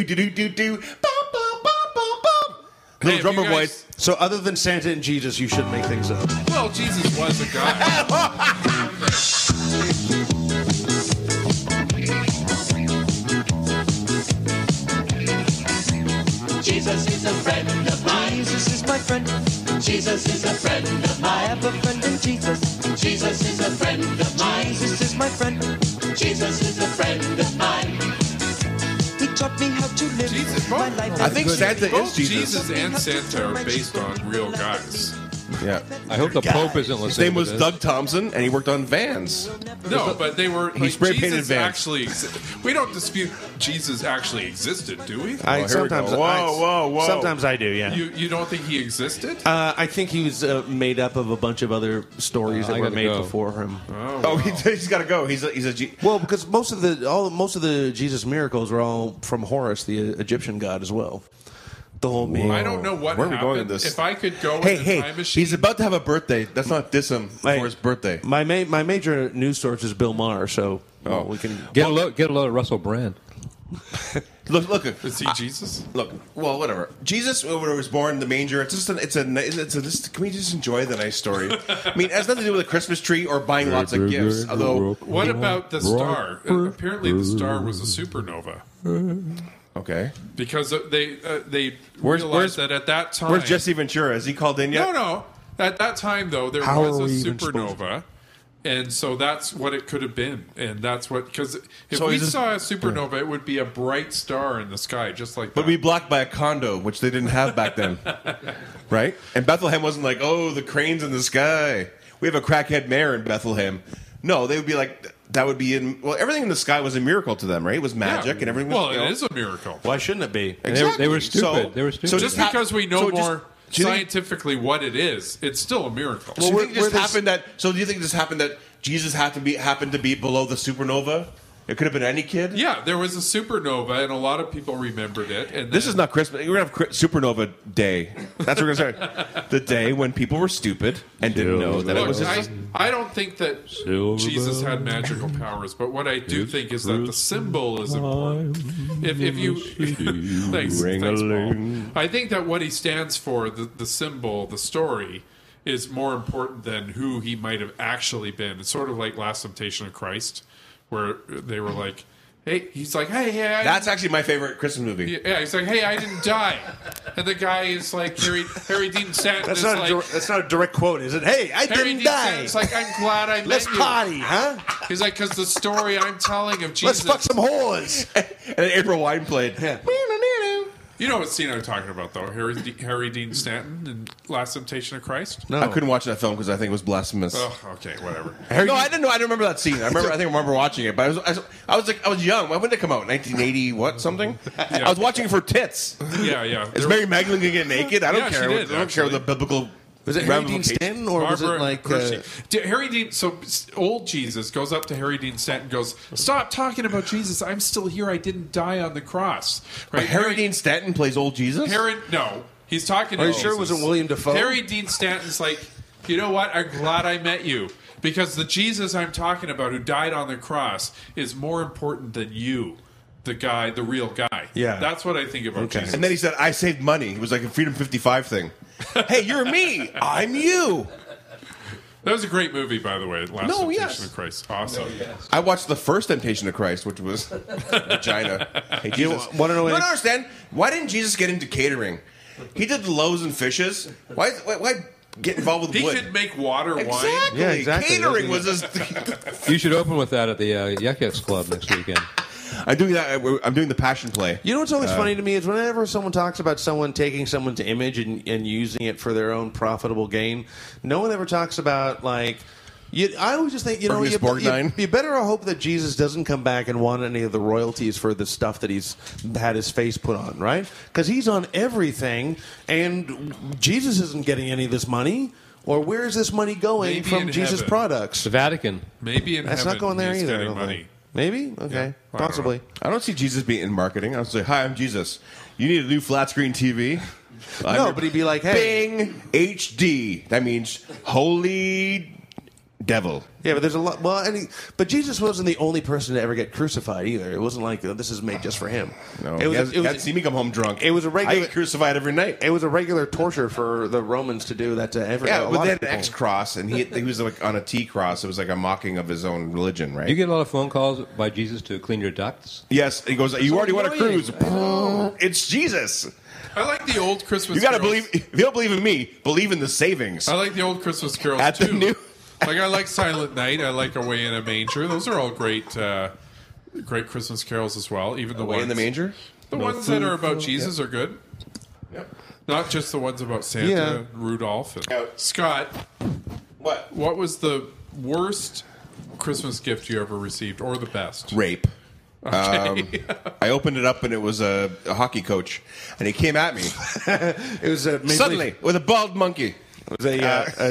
A: Little
D: if
A: Drummer
D: you
A: Boy.
D: guys-
C: So other than Santa and Jesus, you shouldn't make things up.
D: Well, Jesus was a guy.
E: Jesus is a friend of mine. Jesus is my friend. Jesus is a friend of mine. I have a friend in Jesus. Jesus is a friend of mine. Jesus is my friend. Jesus is a friend of mine. He taught me how to live
D: Jesus,
E: my
D: both-
E: life.
A: I think Santa is
D: Both
A: Jesus.
D: Jesus and Santa are based on real guys.
A: Yeah.
B: I hope the Pope isn't listening.
A: His name
B: to
A: was
B: this.
A: Doug Thompson and he worked on Vans.
D: No, but they were. Like,
A: spray painted
D: Jesus
A: Vans.
D: actually. Exi- we don't dispute Jesus actually existed, do we?
C: I
A: we
C: sometimes
A: go. Whoa,
C: I,
A: whoa, whoa.
C: Sometimes I do, yeah.
D: you you don't think he existed?
C: uh, I think he was uh, made up of a bunch of other stories
B: Uh, I
C: that were
B: gotta
C: made
B: go.
C: before him.
A: Oh, he, has got to go. He's a, he's a G-
C: Well, because most of the all most of the Jesus miracles were all from Horus, the uh, Egyptian god, as well. The whole being.
D: I don't know what
A: Where are we
D: happened.
A: going with this?
D: If I could go
A: Hey,
D: in the
A: hey,
D: time machine,
A: he's about to have a birthday. That's not diss him
C: Hey.
A: for his birthday.
C: My ma- my major news source is Bill Maher, so well, we can.
B: Get a load. Get a load of Russell Brand.
A: Look, look,
D: is he Jesus?
A: look. Well, whatever. Jesus, when he was born in the manger, it's just an, it's a, ni- it's a. Just, can we just enjoy the nice story? I mean, it has nothing to do with a Christmas tree or buying lots of gifts. Although,
D: What about the star? Uh, Apparently, the star was a supernova
A: okay,
D: because uh, they uh, they
A: Where's- where's-
D: realized that at that time.
A: where's Jesse Ventura? Is he called in yet?
D: No, no. At that time, though, there
C: How
D: was
C: are we
D: a
C: even supposed
D: supernova, and so that's what it could have been, and that's what because if
A: So
D: we
A: is this-
D: saw a supernova, it would be a bright star in the sky, just like.
A: But
D: that.
A: we blocked by a condo, which they didn't have back then, right? And Bethlehem wasn't like, oh, the cranes in the sky. We have a crackhead mayor in Bethlehem. No, they would be like, that would be in. Well, everything in the sky was a miracle to them, right? It was
D: Yeah.
A: magic and everything. Was,
D: Well,
A: you
D: it
A: know.
D: is a miracle.
C: Why shouldn't it be?
B: And they were-
A: Exactly.
B: They were stupid.
A: So-
B: they were stupid.
A: so
D: just
A: ha-
D: because we
A: so
D: know
A: just-
D: more
A: do you think-
D: scientifically what it is, it's still a miracle.
A: So
C: Well,
A: you think
C: we're-
A: it just
C: we're this-
A: happened that? So do you think it just happened that Jesus happened to be happened to be below the supernova? It could have been any kid.
D: Yeah, there was a supernova, and a lot of people remembered it. And
A: This
D: then-
A: is not Christmas. We're gonna have Chri- Supernova Day. That's what we're gonna start. the day when people were stupid and didn't know that it
D: Look,
A: was.
D: I, I don't think that Jesus had magical powers, but what I do think is that the symbol is important. If, if you, thanks, thanks Paul. I think that what he stands for, the, the symbol, the story, is more important than who he might have actually been. It's sort of like Last Temptation of Christ, where they were like, "Hey," he's like, "Hey, hey, I
A: That's actually my favorite Christmas movie.
D: yeah, he's like, "Hey, I didn't die," and the guy is like, "Harry, Harry Dean Stanton."
C: That's
D: is
C: not,
D: like,
C: a, dir- that's not a direct quote, is it? Hey, I
D: Harry
C: didn't
D: Dean
C: die.
D: Stanton's like, "I'm glad I
C: Let's
D: met you."
C: potty, huh?
D: He's like, "Cause the story I'm telling of
C: Let's
D: Jesus."
C: fuck some whores.
A: And then April Wine played.
C: Yeah.
D: you know what scene I'm talking about, though? Harry, De- Harry Dean Stanton in Last Temptation of Christ.
A: I couldn't watch that film because I think it was blasphemous.
D: Oh, okay, whatever.
A: no, I didn't know. I didn't remember that scene. I remember. I think I remember watching it, but I was, I was, I was like, I was young. When did it come out? 1980, what something? I was watching it for tits.
D: Yeah, yeah.
A: Is
D: There-
A: Mary Magdalene gonna get naked? I don't
D: Yeah, she
A: care. what-
D: did,
A: I don't care what the biblical.
C: Was it Harry Dean
A: ramifications-
C: Stanton or was
D: Barbara
C: it like
D: Hershey.
C: uh,
D: D- Harry Dean? So s- old Jesus goes up to Harry Dean Stanton, and goes, "Stop talking about Jesus. I'm still here. I didn't die on the cross." Right?
A: But Harry Dean Stanton plays old Jesus.
D: Harry, no, he's talking. to
C: Are you sure it
D: Jesus.
C: wasn't William Dafoe?
D: Harry Dean Stanton's like, you know what? I'm glad I met you because the Jesus I'm talking about, who died on the cross, is more important than you, the guy, the real guy.
C: Yeah.
D: that's what I think about Jesus.
A: And then he said, "I saved money." It was like a Freedom 55 thing. hey, you're me. I'm you.
D: That was a great movie, by the way. Last
A: No,
D: Temptation
A: yes.
D: of Christ, awesome.
A: I watched the first Temptation of Christ, which was vagina. Hey, Jesus.
C: wa- wanna
A: You
C: know any-
A: don't understand. Why didn't Jesus get into catering? He did loaves and fishes. Why? Why, why get involved with
D: He
A: wood?
D: could make water wine.
A: Exactly.
C: Yeah, exactly.
A: Catering was his.
B: You should open with that at the uh, Yuck Yucks Club next weekend.
A: I'm doing that. uh, I'm doing the passion play.
C: You know what's
A: Uh,
C: always funny to me is whenever someone talks about someone taking someone's image and, and using it for their own profitable gain, no one ever talks about like. You, I always just think you know
A: Ernest
C: you, you,
A: Borgnine.
C: you better hope that Jesus doesn't come back and want any of the royalties for the stuff that he's had his face put on, right? Because he's on everything, and Jesus isn't getting any of this money. Or where is this money going
D: Maybe
C: from
D: in
C: Jesus
D: heaven.
C: products?
B: The Vatican.
D: Maybe in
C: That's
D: heaven
C: not going there
D: he's
C: either. I
D: getting
C: don't
D: money.
C: think. Maybe okay,
D: I don't
C: possibly.
A: I don't see Jesus being in marketing. I was like, "Hi, I'm Jesus. You need a new flat screen TV." I'm
C: No,
A: your-
C: but he'd be like, "Hey,
A: Bing HD. That means holy devil.
C: Yeah, but there's a lot. Well, and he, but Jesus wasn't the only person to ever get crucified either. It wasn't like oh, this is made just for him.
A: No, he hasn't,
C: it was. it,
A: he hasn't
C: was
A: seen me come home drunk.
C: it was a
A: I
C: regular-
A: get crucified every night.
C: it was a regular torture for the Romans to do that to every. a
A: yeah, but
C: lot
A: they
C: of
A: had an
C: people.
A: X cross, and he, he was like on a T cross. It was like a mocking of his own religion, right?
B: You get a lot of phone calls by Jesus to clean your ducts.
A: yes, he goes. You already won a
B: annoying.
A: cruise. It's Jesus.
D: I like the old Christmas.
A: You got to
D: carols.
A: believe. If you don't believe in me, believe in the savings.
D: I like the old Christmas carols
A: At the
D: too.
A: new-
D: like I like Silent Night. I like Away in a Manger. Those are all great, uh, great Christmas carols as well. Even the
A: Away
D: ones,
A: in the manger.
D: the ones that are about Jesus are good. Not just the ones about Santa,
C: Yeah.
D: and Rudolph, and
A: Yeah.
D: Scott.
A: What?
D: What was the worst Christmas gift you ever received, or the best?
A: rape. Um, I opened it up and it was a, a hockey coach, and he came at me
C: It was a Maple Leaf-
A: suddenly with a bald monkey.
C: it was a, uh, a,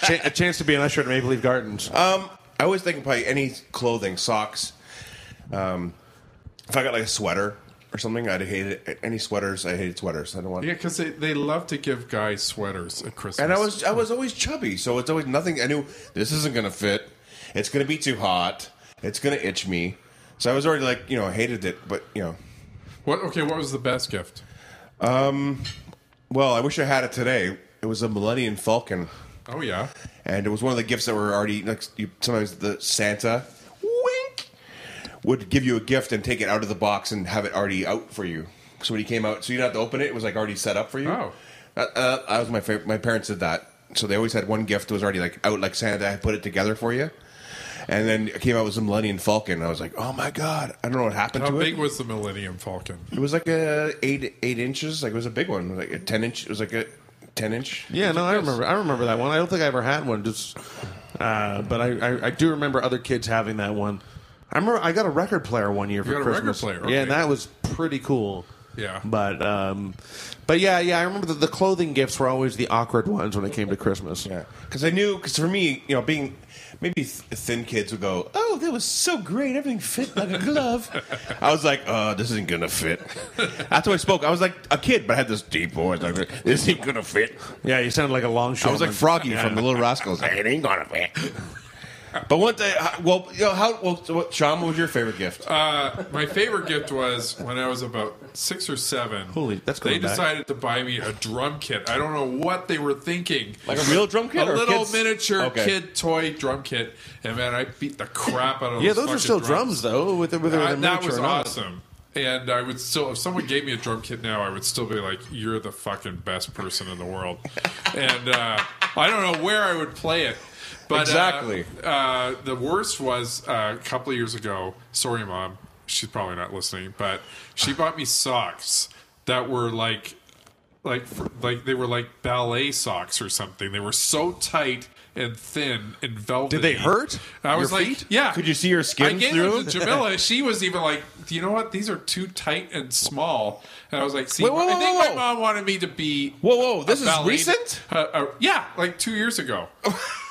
C: cha- a chance to be an usher at Maple Leaf Gardens.
A: Um, I always think of probably any clothing, socks. Um, if I got like a sweater or something, I'd hate it. Any sweaters, I hated sweaters. I don't want.
D: Yeah, because they, they love to give guys sweaters at Christmas.
A: And I was I was always chubby, so it's always nothing. I knew this isn't gonna fit. It's gonna be too hot. It's gonna itch me. So I was already like you know hated it, but you know.
D: what? Okay, what was the best gift?
A: Um, Well, I wish I had it today. It was a Millennium Falcon.
D: Oh yeah,
A: and it was one of the gifts that were already like you, sometimes the Santa wink would give you a gift and take it out of the box and have it already out for you. So when he came out, so you didn't have to open it; it was like already set up for you.
D: Oh.
A: uh, uh, that was my favorite. My parents did that, so they always had one gift that was already like out, like Santa had put it together for you. And then it came out with some Millennium Falcon. And I was like, "Oh my god!" I don't know what happened
D: how
A: to
D: big
A: it.
D: was the Millennium Falcon?
A: it was like a eight eight inches. Like it was a big one, like a ten inch. It was like a ten inch.
C: Yeah, no, I remember. I remember that one. I don't think I ever had one. Just, uh, but I, I, I do remember other kids having that one. I remember I got a record player one year for
D: got a record
C: Christmas.
D: player,
C: Yeah,
D: okay.
C: and that was pretty cool.
D: Yeah.
C: But um, but yeah, yeah. I remember the, the clothing gifts were always the awkward ones when it came to Christmas.
A: Yeah, because I knew. Because for me, you know, being maybe th- thin kids would go, "Oh, that was so great! Everything fit like a glove." I was like, "Oh, this isn't gonna fit." That's how I spoke. I was like a kid, but I had this deep voice. Like, "This ain't gonna fit."
C: Yeah, you sounded like a
A: I
C: longshoreman.
A: was like Froggy from the Little Rascals. It ain't gonna fit. But one day, I- well, you know, how? Well, so what, Sean, what was your favorite gift?
D: Uh, my favorite gift was when I was about six or seven.
C: Holy- that's
D: They
C: going back.
D: decided to buy me a drum kit. I don't know what they were thinking.
A: Like a real drum
C: Oh,
A: kit
D: a
A: or
D: little
A: kids-
D: miniature
A: Okay.
D: kid toy drum kit. And man, I beat the crap out of.
C: yeah,
D: those
C: those were
D: fucking
C: still
D: drums
C: drums, though. With the, with the, with
D: I-
C: the
D: that
C: miniature
D: was
C: and all.
D: awesome. And I would still, if someone gave me a drum kit now, I would still be like, "You're the fucking best person in the world." and uh, I don't know where I would play it. But, uh,
A: Exactly.
D: Uh, the worst was uh, a couple of years ago. Sorry, mom. She's probably not listening, but she bought me socks that were like like for, like they were like ballet socks or something. They were so tight and thin and velvety.
C: Did they hurt
D: I was
C: your
D: like,
C: feet?
D: yeah.
A: Could you see her skin
D: I gave
A: through
D: them to Jamila. She was even like, "Do you know what? These are too tight and small." And I was like, "See,
A: Wait, whoa,
D: I
A: whoa,
D: think
A: whoa.
D: my mom wanted me to be."
A: Whoa, whoa,
D: a
A: this is
D: ballet-
A: recent?
D: Uh, uh, yeah, like two years ago.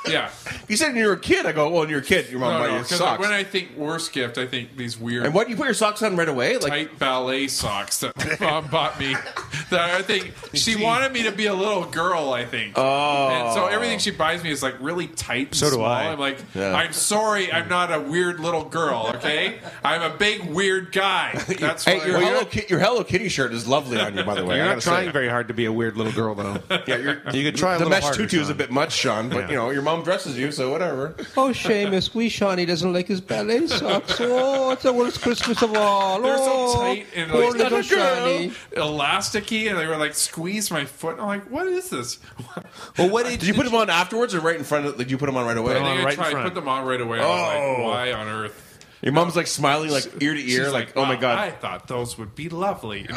D: yeah.
A: You said when you were a kid. I go, well, when you're a kid, Oh, your mom
D: No,
A: bought
D: no,
A: you
D: 'cause, like,
A: socks.
D: when I think worst gift, I think these weird
A: and what you put your socks on right away? Like,
D: tight ballet socks that my mom bought me. That I think she wanted me to be a little girl. I think. Oh. And so everything she buys me is like really tight. And
C: So do
D: small.
C: I.
D: am like,
A: Yeah.
D: I'm sorry, I'm not a weird little girl. Okay, I'm a big weird guy. That's
A: hey,
D: what
A: your,
D: I
A: Hello Kitty, your Hello Kitty shirt is lovely on you, by the way.
C: You're
A: I
C: not
A: gotta say
C: trying
A: that.
C: very hard to be a weird little girl, though.
A: Yeah, you're,
C: You could try a
A: the
C: little
A: mesh
C: harder,
A: tutu is a
C: Sean.
A: bit much, Sean, but
C: Yeah.
A: you know your mom dresses you, so whatever.
B: Oh, Seamus, wee Shawnee doesn't like his ballet socks. Oh, it's the worst Christmas of all.
D: They're
B: oh,
D: so tight and
B: poor
D: like
B: little
D: girl,
B: Shawnee.
D: elasticy, and they were like squeeze my foot. And I'm like, what is this?
C: Well, what
A: Did you put them on afterwards or right in front of? Did you put them on right
D: I
A: away?
D: think I
C: right in
D: tried to
C: front.
D: put them on right away. I was
A: Oh.
D: like, why on earth?
A: Your mom's like smiling, like ear to
D: She's
A: ear, like, "Oh my
D: "Wow,
A: god!"
D: I thought those would be lovely. And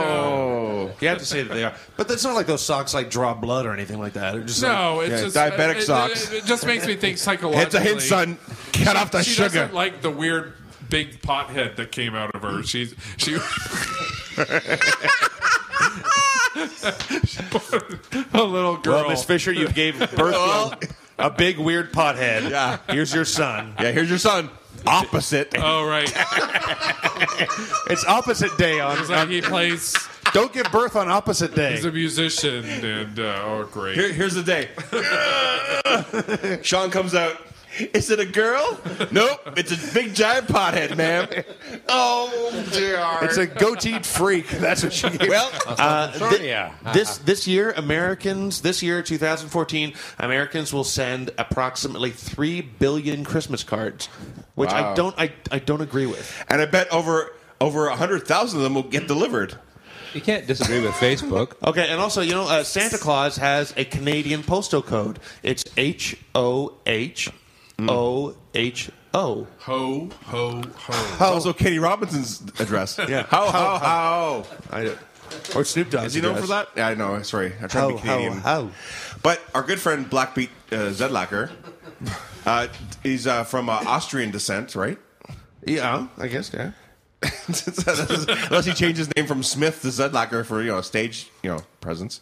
A: oh,
C: You have to say that they are, but it's not like those socks like draw blood or anything like that. They're just like-
D: No, it's
A: Yeah,
D: just
A: diabetic
D: it- it-
A: socks.
D: It, just makes me think psychologically.
A: it's a hint, son. Cut off the
D: she
A: sugar.
D: doesn't like the weird big pothead that came out of her. She's she. She bought a little girl.
C: well, Miss Fisher, you gave birth to a big weird pothead.
A: Yeah.
C: here's your son. Uh,
A: yeah, here's your son. Opposite.
D: oh right,
C: It's opposite day on.
D: It's like he plays.
C: Don't give birth on opposite day.
D: He's a musician, and uh, oh great.
A: Here- here's the day. Sean comes out. Is it a girl? nope. It's a big giant pothead, ma'am. oh dear.
C: It's a goateed freak. That's what she gave.
A: well,
C: Uh, thi- this this year, Americans this year, 2014, Americans will send approximately three billion Christmas cards, which I
A: Wow.
C: don't I, I don't agree with.
A: and I bet over over hundred thousand of them will get delivered.
B: You can't disagree with Facebook.
C: Okay, and also you know uh, Santa Claus has a Canadian postal code. It's H O H O H O.
D: Ho ho ho.
A: It's also Katie Robinson's address. yeah. How, how, how?
C: Or Snoop Dogg.
A: Is he known for that? Yeah, I know. Sorry. I try to
C: How
A: be Canadian.
C: how how?
A: But our good friend Blackbeat uh, Zedlacker, uh, he's uh, from uh, Austrian descent, right?
C: Yeah, I guess yeah.
A: Unless he changed his name from Smith to Zedlacker for, you know, stage, you know, presence.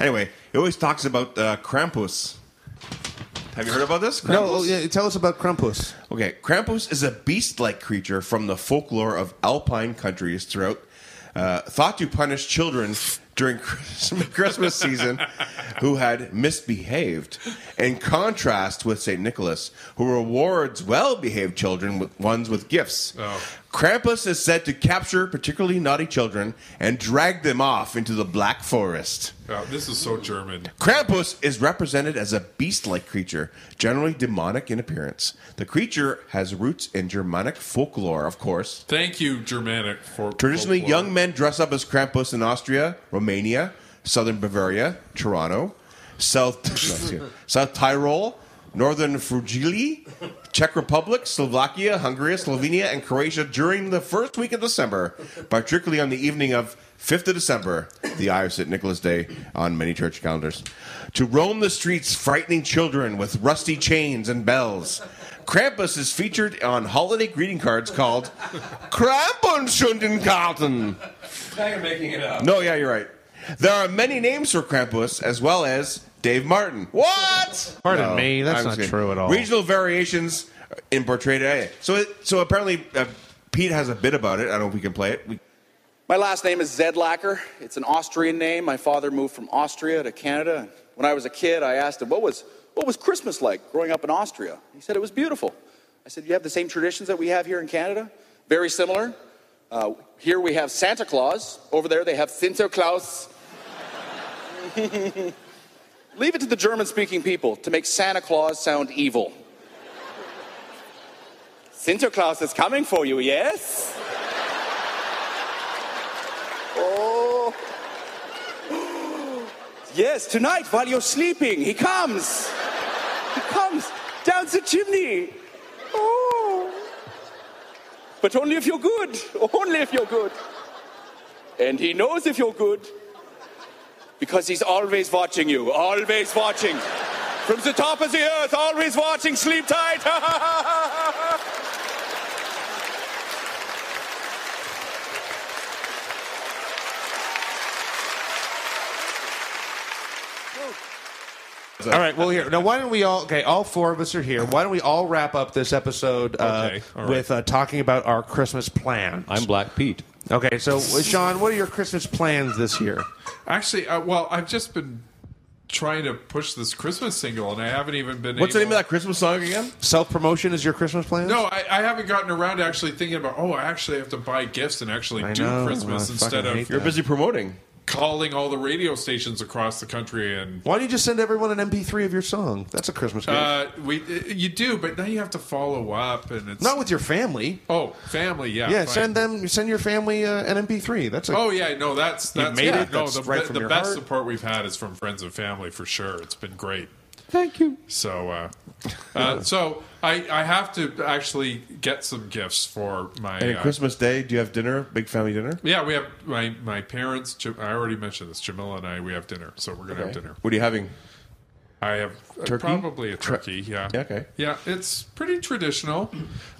A: Anyway, he always talks about uh, Krampus. Have you heard about this?
C: No,
A: Krampus?
C: oh, yeah, tell us about Krampus.
A: Okay, Krampus is a beast-like creature from the folklore of Alpine countries throughout, uh, thought to punish children during Christmas, Christmas season who had misbehaved. In contrast with Saint Nicholas, who rewards well-behaved children with ones with gifts.
D: Oh.
A: Krampus is said to capture particularly naughty children and drag them off into the black forest.
D: Oh, this is so German.
A: Krampus is represented as a beast like creature, generally demonic in appearance. The creature has roots in Germanic folklore, of course.
D: Thank you, Germanic for
A: Traditionally,
D: folklore.
A: young men dress up as Krampus in Austria, Romania, southern Bavaria, Toronto, South, South Tyrol, northern Frugili, Czech Republic, Slovakia, Hungary, Slovenia, and Croatia during the first week of December, particularly on the evening of 5th of December, the Irish St. Nicholas Day on many church calendars, to roam the streets frightening children with rusty chains and bells. Krampus is featured on holiday greeting cards called Krampunschundenkarten
B: Now you're making it up.
A: No, yeah, you're right. There are many names for Krampus as well as Dave Martin. What?
C: Pardon me, that's
A: I'm
C: not
A: just kidding.
C: true at all.
A: Regional variations in Portrayed So, it, so apparently uh, Pete has a bit about it. I don't know if we can play it. We,
J: My last name is Zedlacker. It's an Austrian name. My father moved from Austria to Canada. And When I was a kid, I asked him, what was,
A: Oh,
J: what was Christmas like growing up in Austria? He said, it was beautiful. I said, you have the same traditions that we have here in Canada? Very similar. Uh, here we have Santa Claus. Over there, they have Sinterklaas. Leave it to the German speaking people to make Santa Claus sound evil. Sinterklaas is coming for you, yes? Oh. Yes, tonight while you're sleeping, he comes. He comes down the chimney. Oh. But only if you're good. Only if you're good. And he knows if you're good. Because he's always watching you. Always watching. From the top of the earth, always watching. Sleep tight.
C: All right, well here now. Why don't we all? Okay, all four of us are here. Why don't we all wrap up this episode uh,
D: Okay, all right.
C: with uh, talking about our Christmas plans?
B: I'm Black Pete.
C: okay, so uh, Sean, what are your Christmas plans this year?
D: Actually, uh, well, I've just been trying to push this Christmas single, and I haven't even been.
A: what's the name
D: able-
A: of that Christmas song again?
C: Self promotion is your Christmas plan?
D: No, I, I haven't gotten around to actually thinking about. Oh, I actually have to buy gifts and actually
C: I
D: do
C: know, I
D: Christmas
C: fucking
D: instead
C: hate
D: of
A: You're busy promoting.
D: calling all the radio stations across the country and.
C: Why don't you just send everyone an MP3 of your song? That's a Christmas gift.
D: Uh, we you do, but now you have to follow up, and it's
C: Not with your family.
D: oh family, yeah,
C: Yeah,
D: fine.
C: send them. Send your family uh, an MP3. That's a.
D: Oh yeah, no, that's that's
C: made
D: yeah,
C: it.
D: No,
C: That's
D: the,
C: right
D: be-
C: from
D: the
C: your
D: best
C: heart.
D: support we've had is from friends and family for sure. It's been great.
C: thank you.
D: So, uh, uh, so I, I have to actually get some gifts for my
A: And
D: uh,
A: at Christmas Day, do you have dinner? Big family dinner?
D: Yeah, we have my my parents. Jam- I already mentioned this. Jamila and I, we have dinner, so we're gonna have dinner.
A: What are you having?
D: I have uh,
A: Turkey?
D: probably a turkey. Yeah.
A: Yeah, okay.
D: Yeah, it's pretty traditional.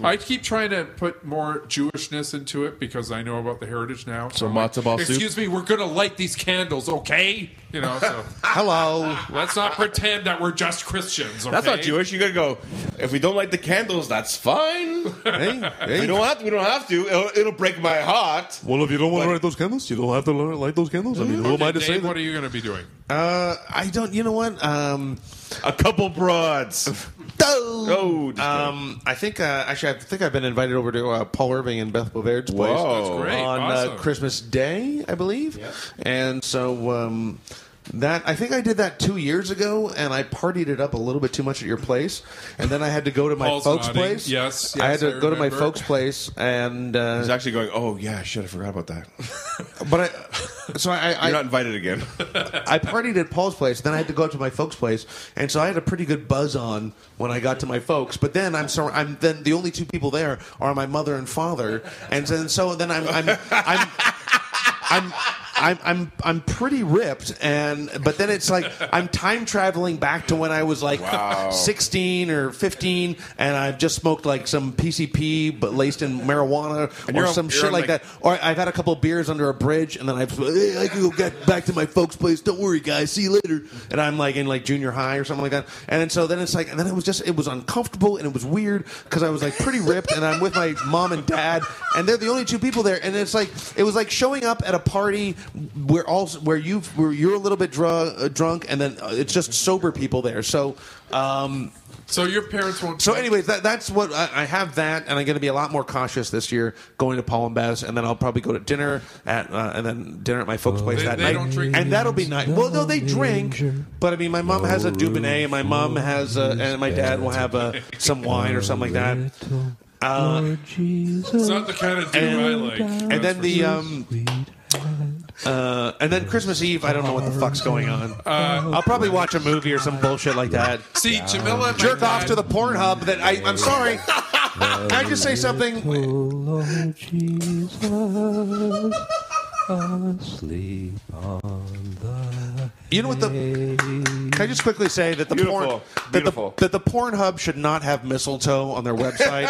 D: I keep trying to put more Jewishness into it because I know about the heritage now. So, I'm
A: matzo ball soup?
D: Excuse me, we're gonna light these candles, okay? You know, so
C: Hello.
D: let's not pretend that we're just Christians. Okay?
A: That's not Jewish. You gotta go. If we don't light the candles, that's fine.
C: hey, hey.
A: we don't have to. We don't have to. It'll, it'll break my heart.
C: well, if you don't want to light those candles, you don't have to learn, light those candles. I mean, who am I to
D: Dave,
C: say
D: what
C: that?
D: are you gonna be doing?
C: Uh, I don't. You know what? Um,
A: A couple broads.
C: oh,
A: Oh, just
C: um, I think uh, actually, I think I've been invited over to uh, Paul Irving and Beth Bovert's place
A: Whoa.
D: That's great.
C: on uh,
D: Awesome.
C: Christmas Day, I believe. And so um, that I think I did that two years ago, and I partied it up a little bit too much at your place, and then I had to go to my
D: Paul's
C: folks'
D: nodding.
C: place.
D: Yes,
C: I had
D: yes,
C: to
D: I
C: go to my
D: remember.
C: folks' place,
A: He's
C: and uh,
A: actually going. Oh yeah, shit. I forgot about that.
C: but I, so I, I,
A: You're not invited again.
C: I partied at Paul's place, then I had to go up to my folks' place, and so I had a pretty good buzz on when I got to my folks. But then I'm sorry, I'm then the only two people there are my mother and father, and then so then I'm I'm I'm I'm. I'm I'm I'm pretty ripped, and but then it's like I'm time traveling back to when I was like 16 or 15, and I've just smoked like some PCP, but laced in marijuana
A: And
C: or
A: you're on-
C: some
A: you're
C: shit
A: on,
C: like
A: like,
C: that or I've had a couple of beers under a bridge, and then I've hey, I can go get back to my folks' place. Don't worry, guys. See you later. And I'm like in like junior high or something like that. And then so then it's like, and then it was just it was uncomfortable and it was weird because I was like pretty ripped, and I'm with my mom and dad, and they're the only two people there. And it's like it was like showing up at a party where all where you where you're a little bit dr- uh, drunk, and then uh, it's just sober people there. So. um
D: So your parents won't.
C: so, anyways, that, that's what I, I have that, and I'm going to be a lot more cautious this year going to Paul and Bess, and then I'll probably go to dinner at uh, and then dinner at my folks' place
D: They-
C: that
D: they
C: night,
D: don't drink.
C: and that'll be nice. Well, no, they drink, but I mean, my mom has a Dubonnet, and my mom has, a, and my dad will have a, some wine or something like that. Uh,
D: It's not the kind of thing I like.
C: and then the um, uh, and then Christmas Eve, I don't know what the fuck's going on.
D: Uh,
C: I'll probably watch a movie or some bullshit like that.
D: see Jamila and my
C: jerk off
D: dad-
C: to the Pornhub that I, I'm sorry. Can I just say something?
B: Oh, Lord Jesus, asleep on the
C: You know what the?
B: hay.
C: Can I just quickly say that the
A: Beautiful.
C: porn that
A: Beautiful.
C: the, that the Pornhub should not have mistletoe on their website.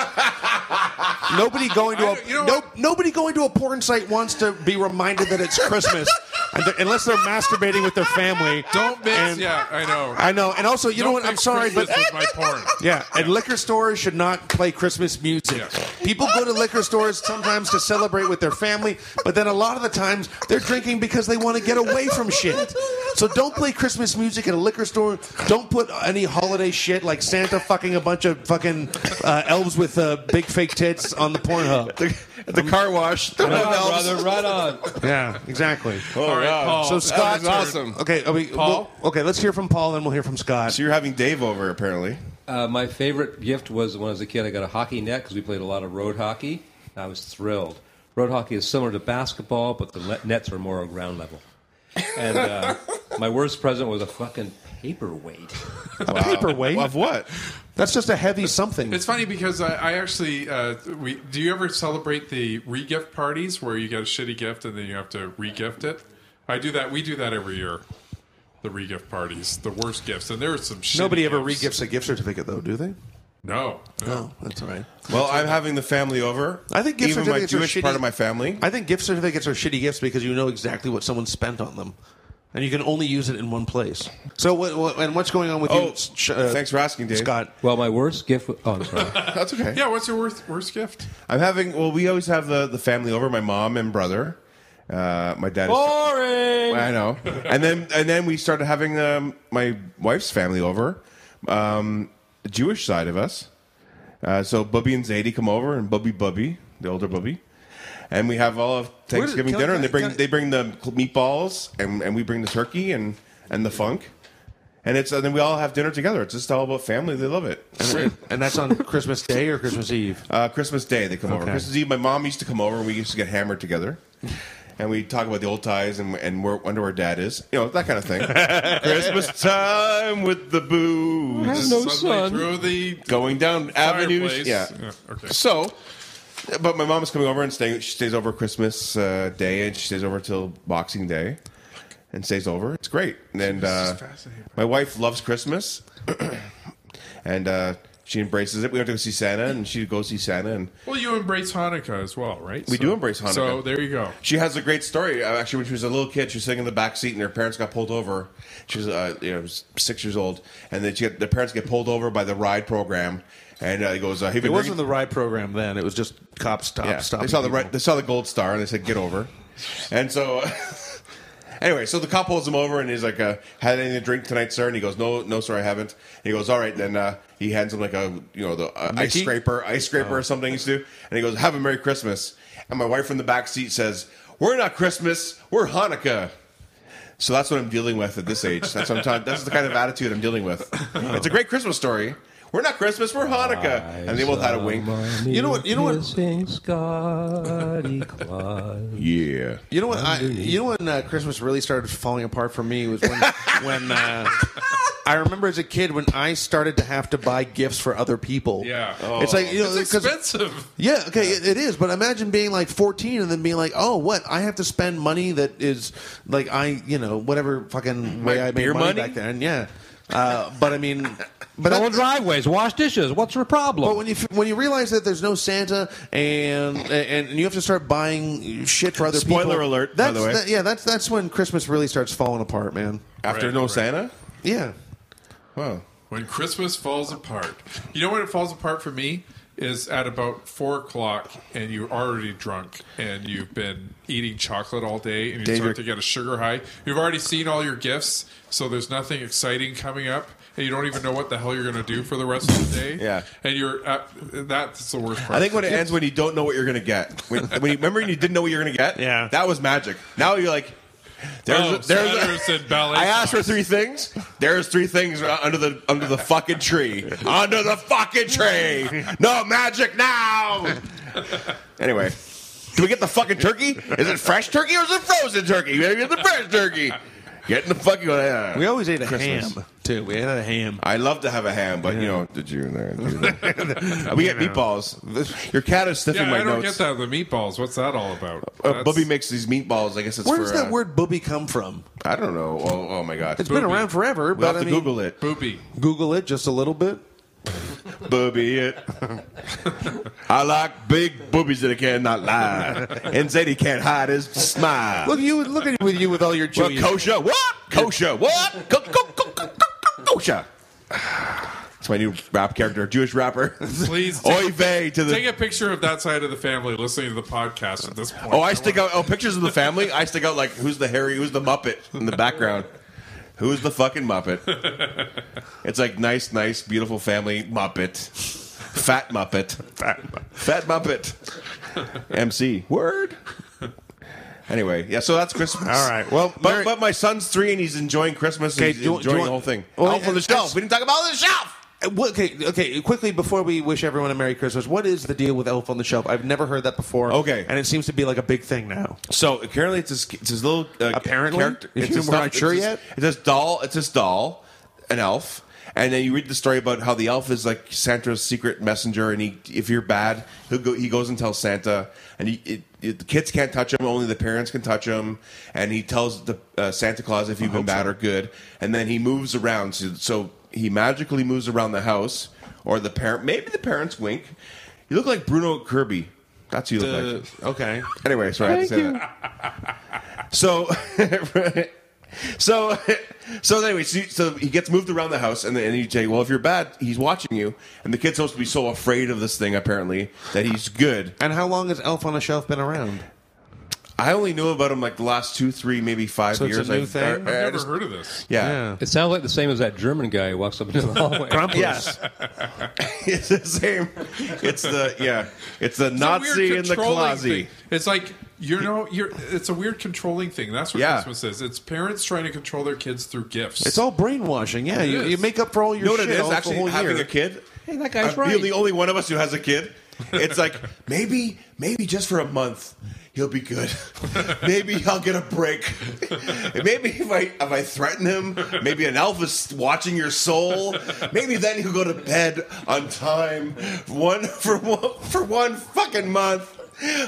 C: Nobody going to
D: I
C: a
D: don't- you know
C: no,
D: what?
C: nobody going to a porn site wants to be reminded that it's Christmas, And they're- unless they're masturbating with their family.
D: Don't mix.
C: And-
D: yeah, I know.
C: I know, and also you know
D: Don't
C: what? I'm
D: mix
C: sorry, but
D: Christmas with my porn.
C: yeah, and liquor stores should not play Christmas music.
D: Yeah.
C: People go to liquor stores sometimes to celebrate with their family, but then a lot of the times they're drinking because they want to get away from shit. So don't play Christmas music in a liquor store. Don't put any holiday shit like Santa fucking a bunch of fucking uh, elves with uh, big fake tits on the Pornhub.
A: At the car wash.
B: Right on, brother, right on.
C: Yeah, exactly.
D: All right, Paul.
C: So Scott,
A: was awesome.
C: Okay, are we,
D: Paul?
C: well, okay, let's hear from Paul, and we'll hear from Scott.
A: So you're having Dave over, apparently.
B: Uh, my favorite gift was when I was a kid. I got a hockey net because we played a lot of road hockey. And I was thrilled. Road hockey is similar to basketball, but the le- nets are more ground level. And uh, my worst present was a fucking paperweight.
C: A paperweight.
A: Of what?
C: That's just a heavy something.
D: It's funny because I, I actually uh, we do you ever celebrate the regift parties where you get a shitty gift and then you have to regift it? I do that. We do that every year. The regift parties, the worst gifts, and there are some. shitty
C: Nobody ever
D: gifts.
C: regifts a gift certificate, though, do they?
D: No,
C: No, that's all right.
A: Well, I'm having the family over.
C: I think gift
A: even my
C: certificates
A: Jewish
C: are shitty.
A: part of my family.
C: I think gift certificates are shitty gifts because you know exactly what someone spent on them, and you can only use it in one place. So, what, what, and what's going on with
A: Oh,
C: you? Sh- uh,
A: thanks for asking, Dave.
C: Scott.
B: Well, my worst gift. Was, oh, I'm sorry.
A: That's okay.
D: Yeah, what's your worst worst gift?
A: I'm having. Well, we always have the the family over. My mom and brother. Uh, my dad. Is,
B: Boring.
A: I know. And then and then we started having um, my wife's family over, um, the Jewish side of us. Uh, so Bubby and Zadie come over, and Bubby Bubby, the older Bubby, and we have all of Thanksgiving
C: can I-
A: dinner, and they
C: can I-
A: bring
C: can I-
A: they bring the meatballs, and, and we bring the turkey and and the funk. And it's and then we all have dinner together. It's just all about family. They love it.
C: And, and that's on Christmas Day or Christmas Eve.
A: Uh, Christmas Day, they come over.
C: Okay.
A: Christmas Eve, my mom used to come over, and we used to get hammered together, and we talk about the old ties and and where under our dad is, you know, that kind of thing. Christmas time with the booze,
B: No
D: Suddenly
B: son.
D: through the
A: going down avenues.
D: fireplace.
A: Yeah.
D: Okay.
A: So, but my mom is coming over and staying. She stays over Christmas uh, Day, and she stays over till Boxing Day, and stays over. It's great. And uh, my wife loves Christmas, and uh, she embraces it. We have to go see Santa, and she goes see Santa, and.
D: Well, you embrace Hanukkah as well, right?
A: We do embrace Hanukkah.
D: So there you go.
A: She has a great story. Uh, Actually, when she was a little kid, she was sitting in the back seat, and her parents got pulled over. She was, uh, you know, s- six years old, and then she got, the parents get pulled over by the ride program, and uh, he goes, uh, "Hey,
C: It wasn't the ride program then; it was just cop stop
A: yeah,
C: stop.
A: they saw the red, they saw the gold star, and they said, "Get over." and so, anyway, so the cop pulls him over, and he's like, uh, "Had anything to drink tonight, sir?" And he goes, "No, no, sir, I haven't." And he goes, "All right, then." Uh, he hands him like a you know the uh, ice
C: Mickey? Oh.
A: scraper, ice scraper or something he used to do, and he goes, "Have a merry Christmas." And my wife from the back seat says, "We're not Christmas, we're Hanukkah." So that's what I'm dealing with at this age. That's what I'm talking. That's the kind of attitude I'm dealing with. It's a great Christmas story. We're not Christmas, we're Hanukkah, and they both had a wink.
C: You know what- you know what-
B: Sing Scotty Clyde.
A: Yeah.
C: You know what? I, you know when uh, Christmas really started falling apart for me was when when uh, I remember as a kid when I started to have to buy gifts for other people.
D: Yeah.
C: it's like you know
D: It's
C: 'cause-
D: expensive.
C: Yeah, okay, It, it is. But imagine being like 14 and then being like, oh, what? I have to spend money that is like I, you know, whatever fucking way I made
A: beer
C: money,
A: money?
C: back then. Yeah, uh, but I mean, but
B: Old
C: that,
B: driveways, wash dishes. What's your problem?
C: but when you f- when you realize that there's no Santa and and, and you have to start buying shit for other people.
A: Spoiler alert, by
C: That's
A: the way.
C: yeah, that's that's when Christmas really starts falling apart, man.
A: After
D: Right,
A: no
D: right.
A: Santa?
C: Yeah.
A: Wow.
D: When Christmas falls apart. You know when it falls apart for me? Is at about four o'clock and you're already drunk and you've been eating chocolate all day and you
C: Dave, you're-
D: start to get a sugar high. You've already seen all your gifts, so there's nothing exciting coming up and you don't even know what the hell you're going to do for the rest of the day.
A: Yeah.
D: And you're, at, that's the worst part.
A: I think when it ends when you don't know what you're gonna get. When, when you remember when you didn't know what you're gonna get?
C: Yeah.
A: That was magic. Now you're like there's
D: Oh,
A: there's
D: sweaters and ballet
A: I asked for
D: socks.
A: three things. There's three things uh, under the under the fucking tree. under the fucking tree. No magic now. anyway. Do we get the fucking turkey? Is it fresh turkey or is it frozen turkey? You gotta get the fresh turkey. Getting the fucking uh,
C: We always ate a
A: Christmas.
C: ham too. We had a ham.
A: I love to have a ham, but you know, did you there? we get meatballs. Your cat is sniffing
D: yeah,
A: my
D: I don't
A: notes.
D: get that. The meatballs, what's that all about?
A: Uh,
D: That's-
A: Bubby makes these meatballs. I guess it's
C: Where
A: for,
C: does that
A: uh,
C: word "booby" come from?
A: I don't know. Oh, oh my god,
C: It's been
D: Booby.
C: around forever,
A: we'll
C: but
A: have
C: I
A: to
C: mean,
A: Google it.
D: Booby.
C: Google it just a little bit.
A: Booby it. I like big boobies that I cannot lie. And Zadie can't hide his smile.
C: Look, you look at with you with all your
A: well,
C: Jewish.
A: kosher, what? Kosher, what? Ko- ko- ko- ko- ko- Kosher. That's my new rap character, Jewish rapper.
D: Please
A: Oy
D: take,
A: vey to
D: take
A: Oh, the.
D: a picture of that side of the family listening to the podcast at this point.
A: Oh, I stick out. Oh, pictures of the family. I stick out like who's the Harry, who's the Muppet in the background. Who's the fucking Muppet? It's like nice, nice, beautiful family Muppet, fat Muppet, fat, Muppet, MC word. Anyway, yeah. So that's Christmas.
C: All right, well,
A: but,
C: Merry-
A: but my son's three and he's enjoying Christmas.
C: Okay,
A: and he's
C: do you- do
A: enjoying
C: you
A: the
C: want-
A: whole thing.
C: Well,
A: Elf on the
C: it's-
A: shelf. We didn't talk about Elf on the shelf.
C: Uh, what- Okay, okay. Quickly before we wish everyone a Merry Christmas, what is the deal with Elf on the Shelf? I've never heard that before.
A: Okay.
C: and it seems to be like a big thing now.
A: So apparently, it's this, it's this little uh,
C: Apparently?
A: character.
C: If
A: it's
C: you
A: this
C: were
A: stuff-
C: not sure
A: it's this-
C: yet?
A: It's this doll. It's this doll, an elf, and then you read the story about how the elf is like Santa's secret messenger, and he if you're bad, he go, he goes and tells Santa, and he, it, it, the kids can't touch him, only the parents can touch him, and he tells the uh, Santa Claus if you've been bad or good, and then he moves around, so, so he magically moves around the house, or the parent maybe the parents wink. You look like Bruno Kirby. That's who you look like.
C: okay,
A: Anyway, sorry, I had to say that. So, so, so anyway, so, so he gets moved around the house, and then and you say, "Well, if you're bad, he's watching you." And the kid's supposed to be so afraid of this thing, apparently, that he's good.
C: and how long has Elf on the Shelf been around?
A: I only knew about him like the last two, three, maybe five
C: So it's a
A: years.
C: new
A: I-
C: thing?
A: I- I
C: I've
D: I've never
A: just-
D: heard of this.
A: Yeah.
B: It sounds like the same as that German guy who walks up into the hallway.
A: Yes. it's the same. It's the yeah. It's the
D: It's a weird
A: Nazi in the
D: controlling
A: closet.
D: thing. It's like you know, you're. It's a weird controlling thing. That's what
A: Yeah.
D: Christmas is. It's parents trying to control their kids through gifts.
C: It's all brainwashing. Yeah,
D: It
C: you,
D: is.
C: you make up for all
A: You
C: your
A: know what
C: shit
A: it is?
C: all, the whole
A: Actually, having
C: year.
A: a kid.
B: Hey, that guy's
A: I'm
B: right.
A: the only one of us who has a kid. It's like maybe, maybe just for a month, he'll be good. maybe I'll get a break. maybe if I if I threaten him, maybe an elf is watching your soul. Maybe then he'll go to bed on time. One for one for one fucking month.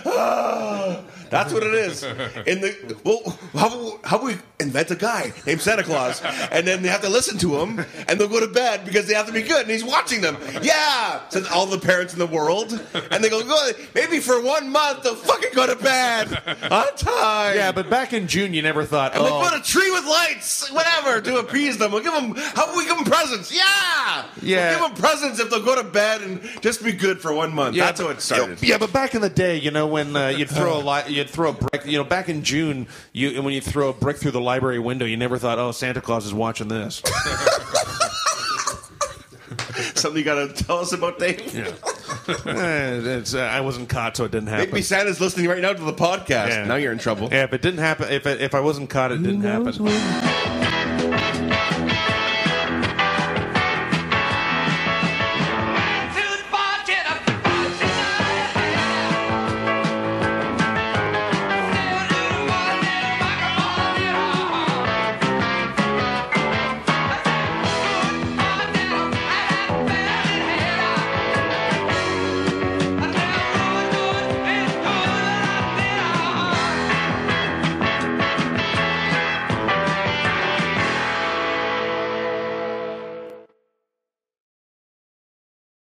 A: Ah, that's what it is. In the well, how about- how about we invent a guy named Santa Claus, and then they have to listen to him, and they'll go to bed because they have to be good, and he's watching them. Yeah, says all the parents in the world, and they go, "Good, maybe for one month they'll fucking go to bed on time.
C: Yeah, but back in June, you never thought.
A: And
C: oh,
A: we'll put a tree with lights, whatever, to appease them. We'll give them, how about we give them presents? Yeah!
C: Yeah.
A: We'll give them presents if they'll go to bed and just be good for one month. That's how
C: but-
A: it started.
C: Yeah, but back in the day, you know, when uh, you'd throw a li- you'd throw a brick, you know, back in June, you when you throw a brick through the library window, you never thought, oh, Santa Claus is watching this.
A: Something you gotta tell us about, Dave?
C: Eh, it's, uh, I wasn't caught, so it didn't happen.
A: Maybe Santa's listening right now to the podcast.
C: Yeah.
A: Now you're in trouble.
C: Yeah, if it didn't happen, if it, if I wasn't caught, it didn't happen.
B: Who knows when-